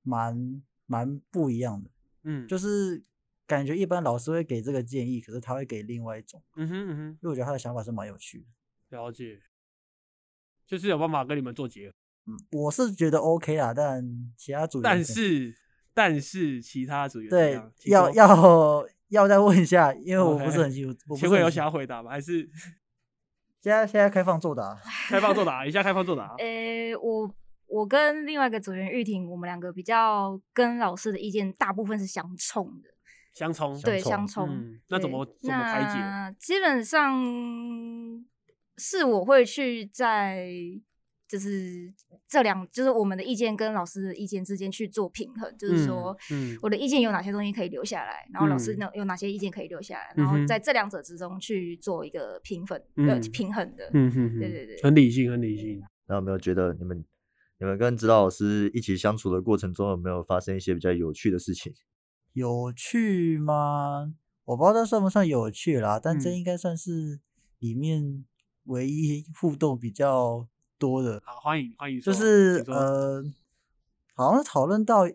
Speaker 3: 蛮蛮不一样的，
Speaker 2: 嗯，
Speaker 3: 就是是感觉一般老师会给这个建议，可是他会给另外一种，
Speaker 2: 嗯哼嗯哼，
Speaker 3: 因为我觉得他的想法是蛮有趣的。
Speaker 2: 了解，就是有办法跟你们做结合，
Speaker 3: 嗯，我是觉得 OK 啦，但其他组员
Speaker 2: 但
Speaker 3: 可
Speaker 2: 是但是其他组员怎
Speaker 3: 对
Speaker 2: 样请
Speaker 3: 要
Speaker 2: 说
Speaker 3: 要 要再问一下，因为我不
Speaker 2: OK
Speaker 3: 是很清楚。我不是
Speaker 2: 协会
Speaker 3: 很
Speaker 2: 有
Speaker 3: 清
Speaker 2: 想要回答吗？还是
Speaker 3: 现在现在开放啊作答，
Speaker 2: 开放作答？一下开放作 答。
Speaker 4: 呃，我我跟另外一个组员玉婷，我们两个比较跟老师的意见大部分是相冲的，
Speaker 2: 相冲，
Speaker 4: 对，相冲。
Speaker 2: 嗯，那怎
Speaker 4: 对
Speaker 2: 么怎么开解？啊
Speaker 4: 那基本上是我会去在就是这两，就是我们的意见跟老师的意见之间去做平衡，就是说。
Speaker 2: 嗯，嗯
Speaker 4: 我的意见有哪些东西可以留下来，然后老师
Speaker 2: 嗯
Speaker 4: 呢有哪些意见可以留下来，然后
Speaker 2: 嗯哼
Speaker 4: 在这两者之中去做一个平衡，呃
Speaker 2: 嗯，
Speaker 4: 平衡的。
Speaker 2: 嗯哼哼，
Speaker 4: 对对对
Speaker 2: 很理性，很理性。
Speaker 1: 那有没有觉得你们你们跟指导老师一起相处的过程中，有没有发生一些比较有趣的事情？
Speaker 3: 有趣吗？我不知道这算不算有趣啦，但这
Speaker 2: 嗯
Speaker 3: 应该算是里面唯一互动比较多的，
Speaker 2: 好，欢迎欢迎
Speaker 3: 就
Speaker 2: 说，
Speaker 3: 是
Speaker 2: 请说，
Speaker 3: 呃，好像是讨论到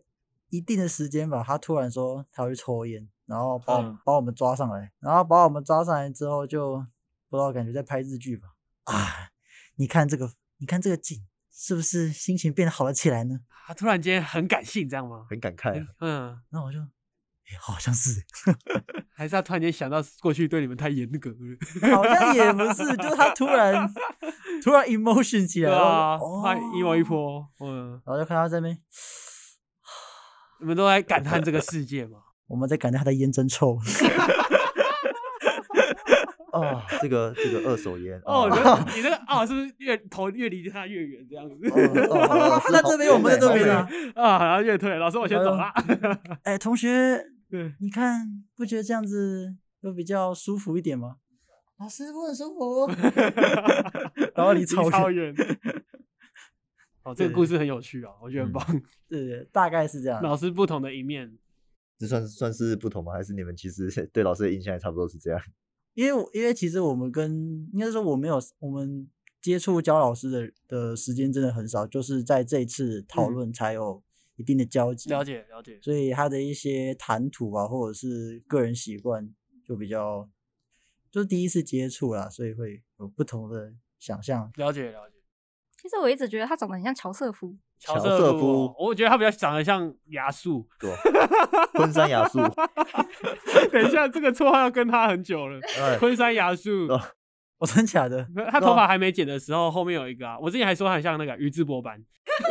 Speaker 3: 一定的时间吧，他突然说他要去抽烟，然后把我们、
Speaker 2: 嗯
Speaker 3: 把我们抓上来，然后把我们抓上来之后就不知道感觉在拍日剧吧啊，你看这个，你看这个景，是不是心情变得好了起来呢？
Speaker 2: 他啊突然间很感性，这样吗？
Speaker 1: 很感慨啊、
Speaker 2: 嗯，
Speaker 3: 然后我就，诶好像是。
Speaker 2: 还是他突然间想到过去对你们太严格了，
Speaker 3: 好像也不是，就是他突 然突然 emotion 起
Speaker 2: 对
Speaker 3: 来，
Speaker 2: 啊，
Speaker 3: 然后
Speaker 2: 他 emo 一，
Speaker 3: 哦
Speaker 2: 波，嗯，
Speaker 3: 然后就看他这边，
Speaker 2: 你们都在感叹这个世界 嘛？
Speaker 3: 我们在感叹他的烟真 臭，
Speaker 1: 哦，这个这个二手烟
Speaker 2: 哦，
Speaker 1: 哦
Speaker 2: 你这个你这个啊，是不是越头越离他越远这样子？
Speaker 1: 哦好 老师
Speaker 3: 在
Speaker 1: 好
Speaker 3: 这边我们在
Speaker 1: 好
Speaker 3: 这边
Speaker 1: 美
Speaker 3: 啊，
Speaker 2: 啊，然后越退，老师我先走了。
Speaker 3: 哎，同学，
Speaker 2: 对，
Speaker 3: 你看不觉得这样子会比较舒服一点吗？老师，我很舒服哦。然后 离超远
Speaker 2: 超远。哦，这个
Speaker 3: 对
Speaker 2: 故事很有趣啊，我觉得很棒。
Speaker 3: 对 对，大概是这样。
Speaker 2: 老师不同的一面，
Speaker 1: 这算算是不同吗？还是你们其实对老师的印象也差不多是这样？
Speaker 3: 因为我因为其实我们跟应该说我没有我们接触焦老师的的时间真的很少，就是在这一次讨
Speaker 2: 嗯
Speaker 3: 论才有一定的交集。
Speaker 2: 了解了解。
Speaker 3: 所以他的一些谈吐啊，或者是个人习惯，就比较就是第一次接触啦，所以会有不同的想象。
Speaker 2: 了解了解。
Speaker 4: 其实我一直觉得他长得很像乔瑟夫，
Speaker 2: 乔
Speaker 1: 乔瑟
Speaker 2: 瑟夫哦
Speaker 1: 夫，
Speaker 2: 我觉得他比较长得像亚 素。
Speaker 1: 对吧，昆山雅 素，
Speaker 2: 等一下，这个绰号要跟他很久了。
Speaker 1: 哎
Speaker 2: 昆山亚素，
Speaker 1: 哦
Speaker 3: 我、真假的
Speaker 2: 他头发还没剪的时候，后面有一个啊，我之前还说他很像那个宇智波斑，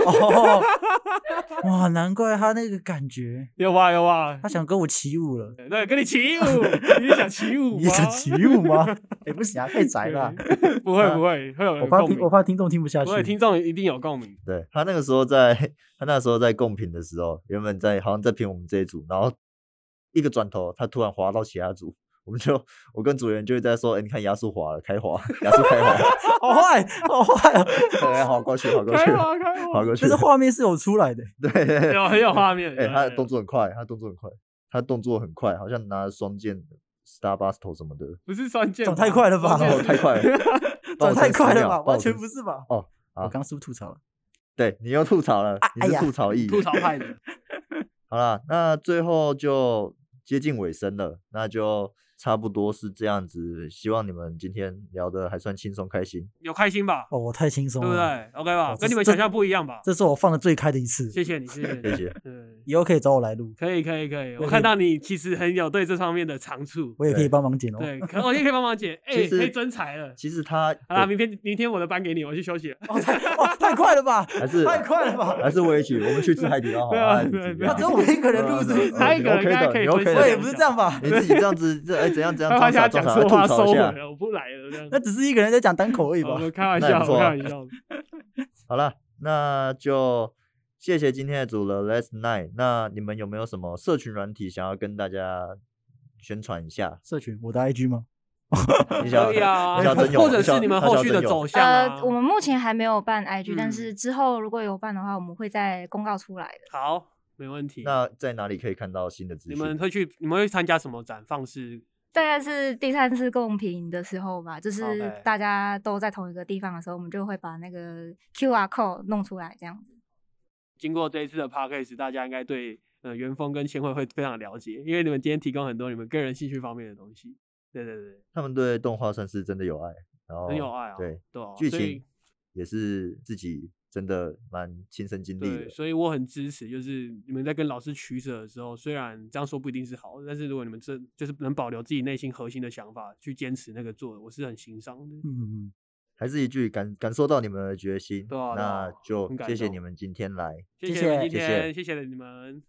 Speaker 3: 哦， 哇，难怪他那个感觉，
Speaker 2: 有吧有 吧
Speaker 3: 他。想跟我起舞了。
Speaker 2: 那跟你 起舞，你想起舞吗？
Speaker 3: 你想起舞 吗？也、不行啊，太宅了啊。
Speaker 2: 对？ 不会不会，会有
Speaker 3: 我
Speaker 2: 人
Speaker 3: 怕
Speaker 2: 共
Speaker 3: 听，
Speaker 2: 鸣
Speaker 3: 我。怕听众听不下
Speaker 2: 不会，
Speaker 3: 去。
Speaker 2: 听众一定有共鸣。
Speaker 1: 对他那个时候在，他那时候在共品的时候，原本在好像在评我们这一组，然后一个转头，他突然滑到其他组，我们就我跟主人就会在说，哎、你看牙速滑了，开滑，牙速开滑，
Speaker 3: 好坏，好坏 哦！
Speaker 1: 对，好过去，好过去
Speaker 2: 开，花开
Speaker 1: 好
Speaker 2: 花，
Speaker 1: 过去
Speaker 3: 但是，画面是有出来的，
Speaker 1: 对对，对
Speaker 2: 有很有画面。
Speaker 1: 哎、
Speaker 2: 有
Speaker 1: 他
Speaker 2: 有
Speaker 1: 的动作很快，他的动作很快，他的动作很快，好像拿双剑 star buster 什么 的。
Speaker 2: 不是双剑
Speaker 3: 长
Speaker 2: 吧，
Speaker 3: 太快了吧
Speaker 2: 双剑
Speaker 1: 哦
Speaker 2: 是
Speaker 1: 太快了帮
Speaker 3: 长
Speaker 1: 我
Speaker 3: 太
Speaker 1: 撑十
Speaker 3: 快了
Speaker 1: 秒
Speaker 3: 吧？
Speaker 1: 帮
Speaker 3: 完
Speaker 1: 我
Speaker 3: 全
Speaker 1: 撑
Speaker 3: 不是吧？
Speaker 1: 哦
Speaker 3: 我
Speaker 1: 啊
Speaker 3: 刚是不是吐槽了？
Speaker 1: 对你又吐槽了，
Speaker 3: 啊
Speaker 1: 你
Speaker 3: 哎
Speaker 1: 是
Speaker 3: 呀
Speaker 1: 吐槽艺
Speaker 2: 吐槽派的。
Speaker 1: 好啦，那最后就接近尾声了，那就差不多是这样子。希望你们今天聊的还算轻松开心。
Speaker 2: 有开心吧？
Speaker 3: 哦，我太轻
Speaker 2: 对
Speaker 3: 松
Speaker 2: 不
Speaker 3: 了，
Speaker 2: 对？OK 吧？
Speaker 3: 哦
Speaker 2: 跟
Speaker 3: 这
Speaker 2: 你们
Speaker 3: 这
Speaker 2: 想象不一样吧？
Speaker 3: 这是我放的最开的一次，
Speaker 2: 谢谢你，谢谢
Speaker 1: 谢
Speaker 2: 你。
Speaker 1: 谢，
Speaker 2: 嗯，
Speaker 3: 以后可以找我来录，
Speaker 2: 可以，可以，可以。我
Speaker 3: 对
Speaker 2: 看到你其实很有对这方面的长处。
Speaker 3: 我也可以
Speaker 1: 对
Speaker 3: 帮忙剪哦。
Speaker 2: 对，可我也可以帮忙解。哎，
Speaker 1: 其
Speaker 2: 可以
Speaker 1: 实
Speaker 2: 增财了。
Speaker 1: 其实他
Speaker 2: 好啦，明天明天我的班给你，我去休息了。
Speaker 3: 哦，太哇太快了吧？
Speaker 1: 还是
Speaker 3: 太快了吧？
Speaker 1: 还是我一起，我们去吃海底捞好
Speaker 2: 对啊
Speaker 1: 了。
Speaker 2: 对对
Speaker 1: 那
Speaker 2: 啊
Speaker 3: 那只有我一个人
Speaker 1: 嗯
Speaker 3: 录是不是？
Speaker 2: 他一个人应该可以
Speaker 1: 你 OK
Speaker 2: 分
Speaker 1: 的，
Speaker 2: 享
Speaker 3: 我也不是这样吧？
Speaker 1: 你自己这样子，这哎怎 样怎样，
Speaker 2: 他发
Speaker 1: 装
Speaker 2: 现
Speaker 1: 傻
Speaker 2: 他讲
Speaker 1: 装傻，
Speaker 2: 错话
Speaker 1: 吐槽
Speaker 2: 收
Speaker 1: 一
Speaker 2: 尾
Speaker 1: 下。
Speaker 2: 了，我不来了这样
Speaker 3: 那。只是一个人在讲单口而已
Speaker 2: 好
Speaker 3: 吧
Speaker 2: 我？开玩
Speaker 1: 那也
Speaker 2: 笑，
Speaker 1: 不错
Speaker 2: 我开
Speaker 1: 啊
Speaker 2: 玩笑。
Speaker 1: 好了，那就谢谢今天的主了 Let's Night。那你们有没有什么社群软体想要跟大家宣传一下？
Speaker 3: 社群，我的 IG 吗？
Speaker 1: 你想
Speaker 2: 可以啊
Speaker 1: 你想真，有
Speaker 2: 或者
Speaker 1: 你想
Speaker 2: 是你们
Speaker 1: 他想
Speaker 2: 后续的
Speaker 1: 真有
Speaker 2: 走向啊
Speaker 4: 呃，。我们目前还没有办 IG，、
Speaker 2: 嗯
Speaker 4: 但是之后如果有办的话，我们会再公告出来的。
Speaker 2: 好，没问题。
Speaker 1: 那在哪里可以看到新的资
Speaker 2: 你
Speaker 1: 讯？
Speaker 2: 们会去，你们会参加什么展放是？
Speaker 4: 大概是第三次共评的时候吧，就是
Speaker 2: OK
Speaker 4: 大家都在同一个地方的时候，我们就会把那个 QR code 弄出来，这样子。
Speaker 2: 经过这一次的 podcast，大家应该对呃元丰跟千惠会非常了解，因为你们今天提供很多你们个人兴趣方面的东西。对对对，
Speaker 1: 他们对动画算是真的有爱，然后
Speaker 2: 很有爱啊。
Speaker 1: 哦对，
Speaker 2: 对啊，
Speaker 1: 剧
Speaker 2: 所以
Speaker 1: 情也是自己真的蛮亲身经历
Speaker 2: 对，
Speaker 1: 的。
Speaker 2: 所以我很支持，就是你们在跟老师取舍的时候，虽然这样说不一定是好的，但是如果你们真就是能保留自己内心核心的想法，去坚持那个做，我是很欣赏的。
Speaker 3: 嗯，
Speaker 1: 还是一句感感受到你们的决心，
Speaker 2: 对啊对啊
Speaker 1: 那就
Speaker 2: 很感
Speaker 1: 谢谢
Speaker 2: 动
Speaker 1: 你们今天来。
Speaker 2: 谢
Speaker 3: 谢
Speaker 2: 谢你们
Speaker 3: 谢
Speaker 2: 今
Speaker 1: 谢谢
Speaker 2: 天，谢谢你们。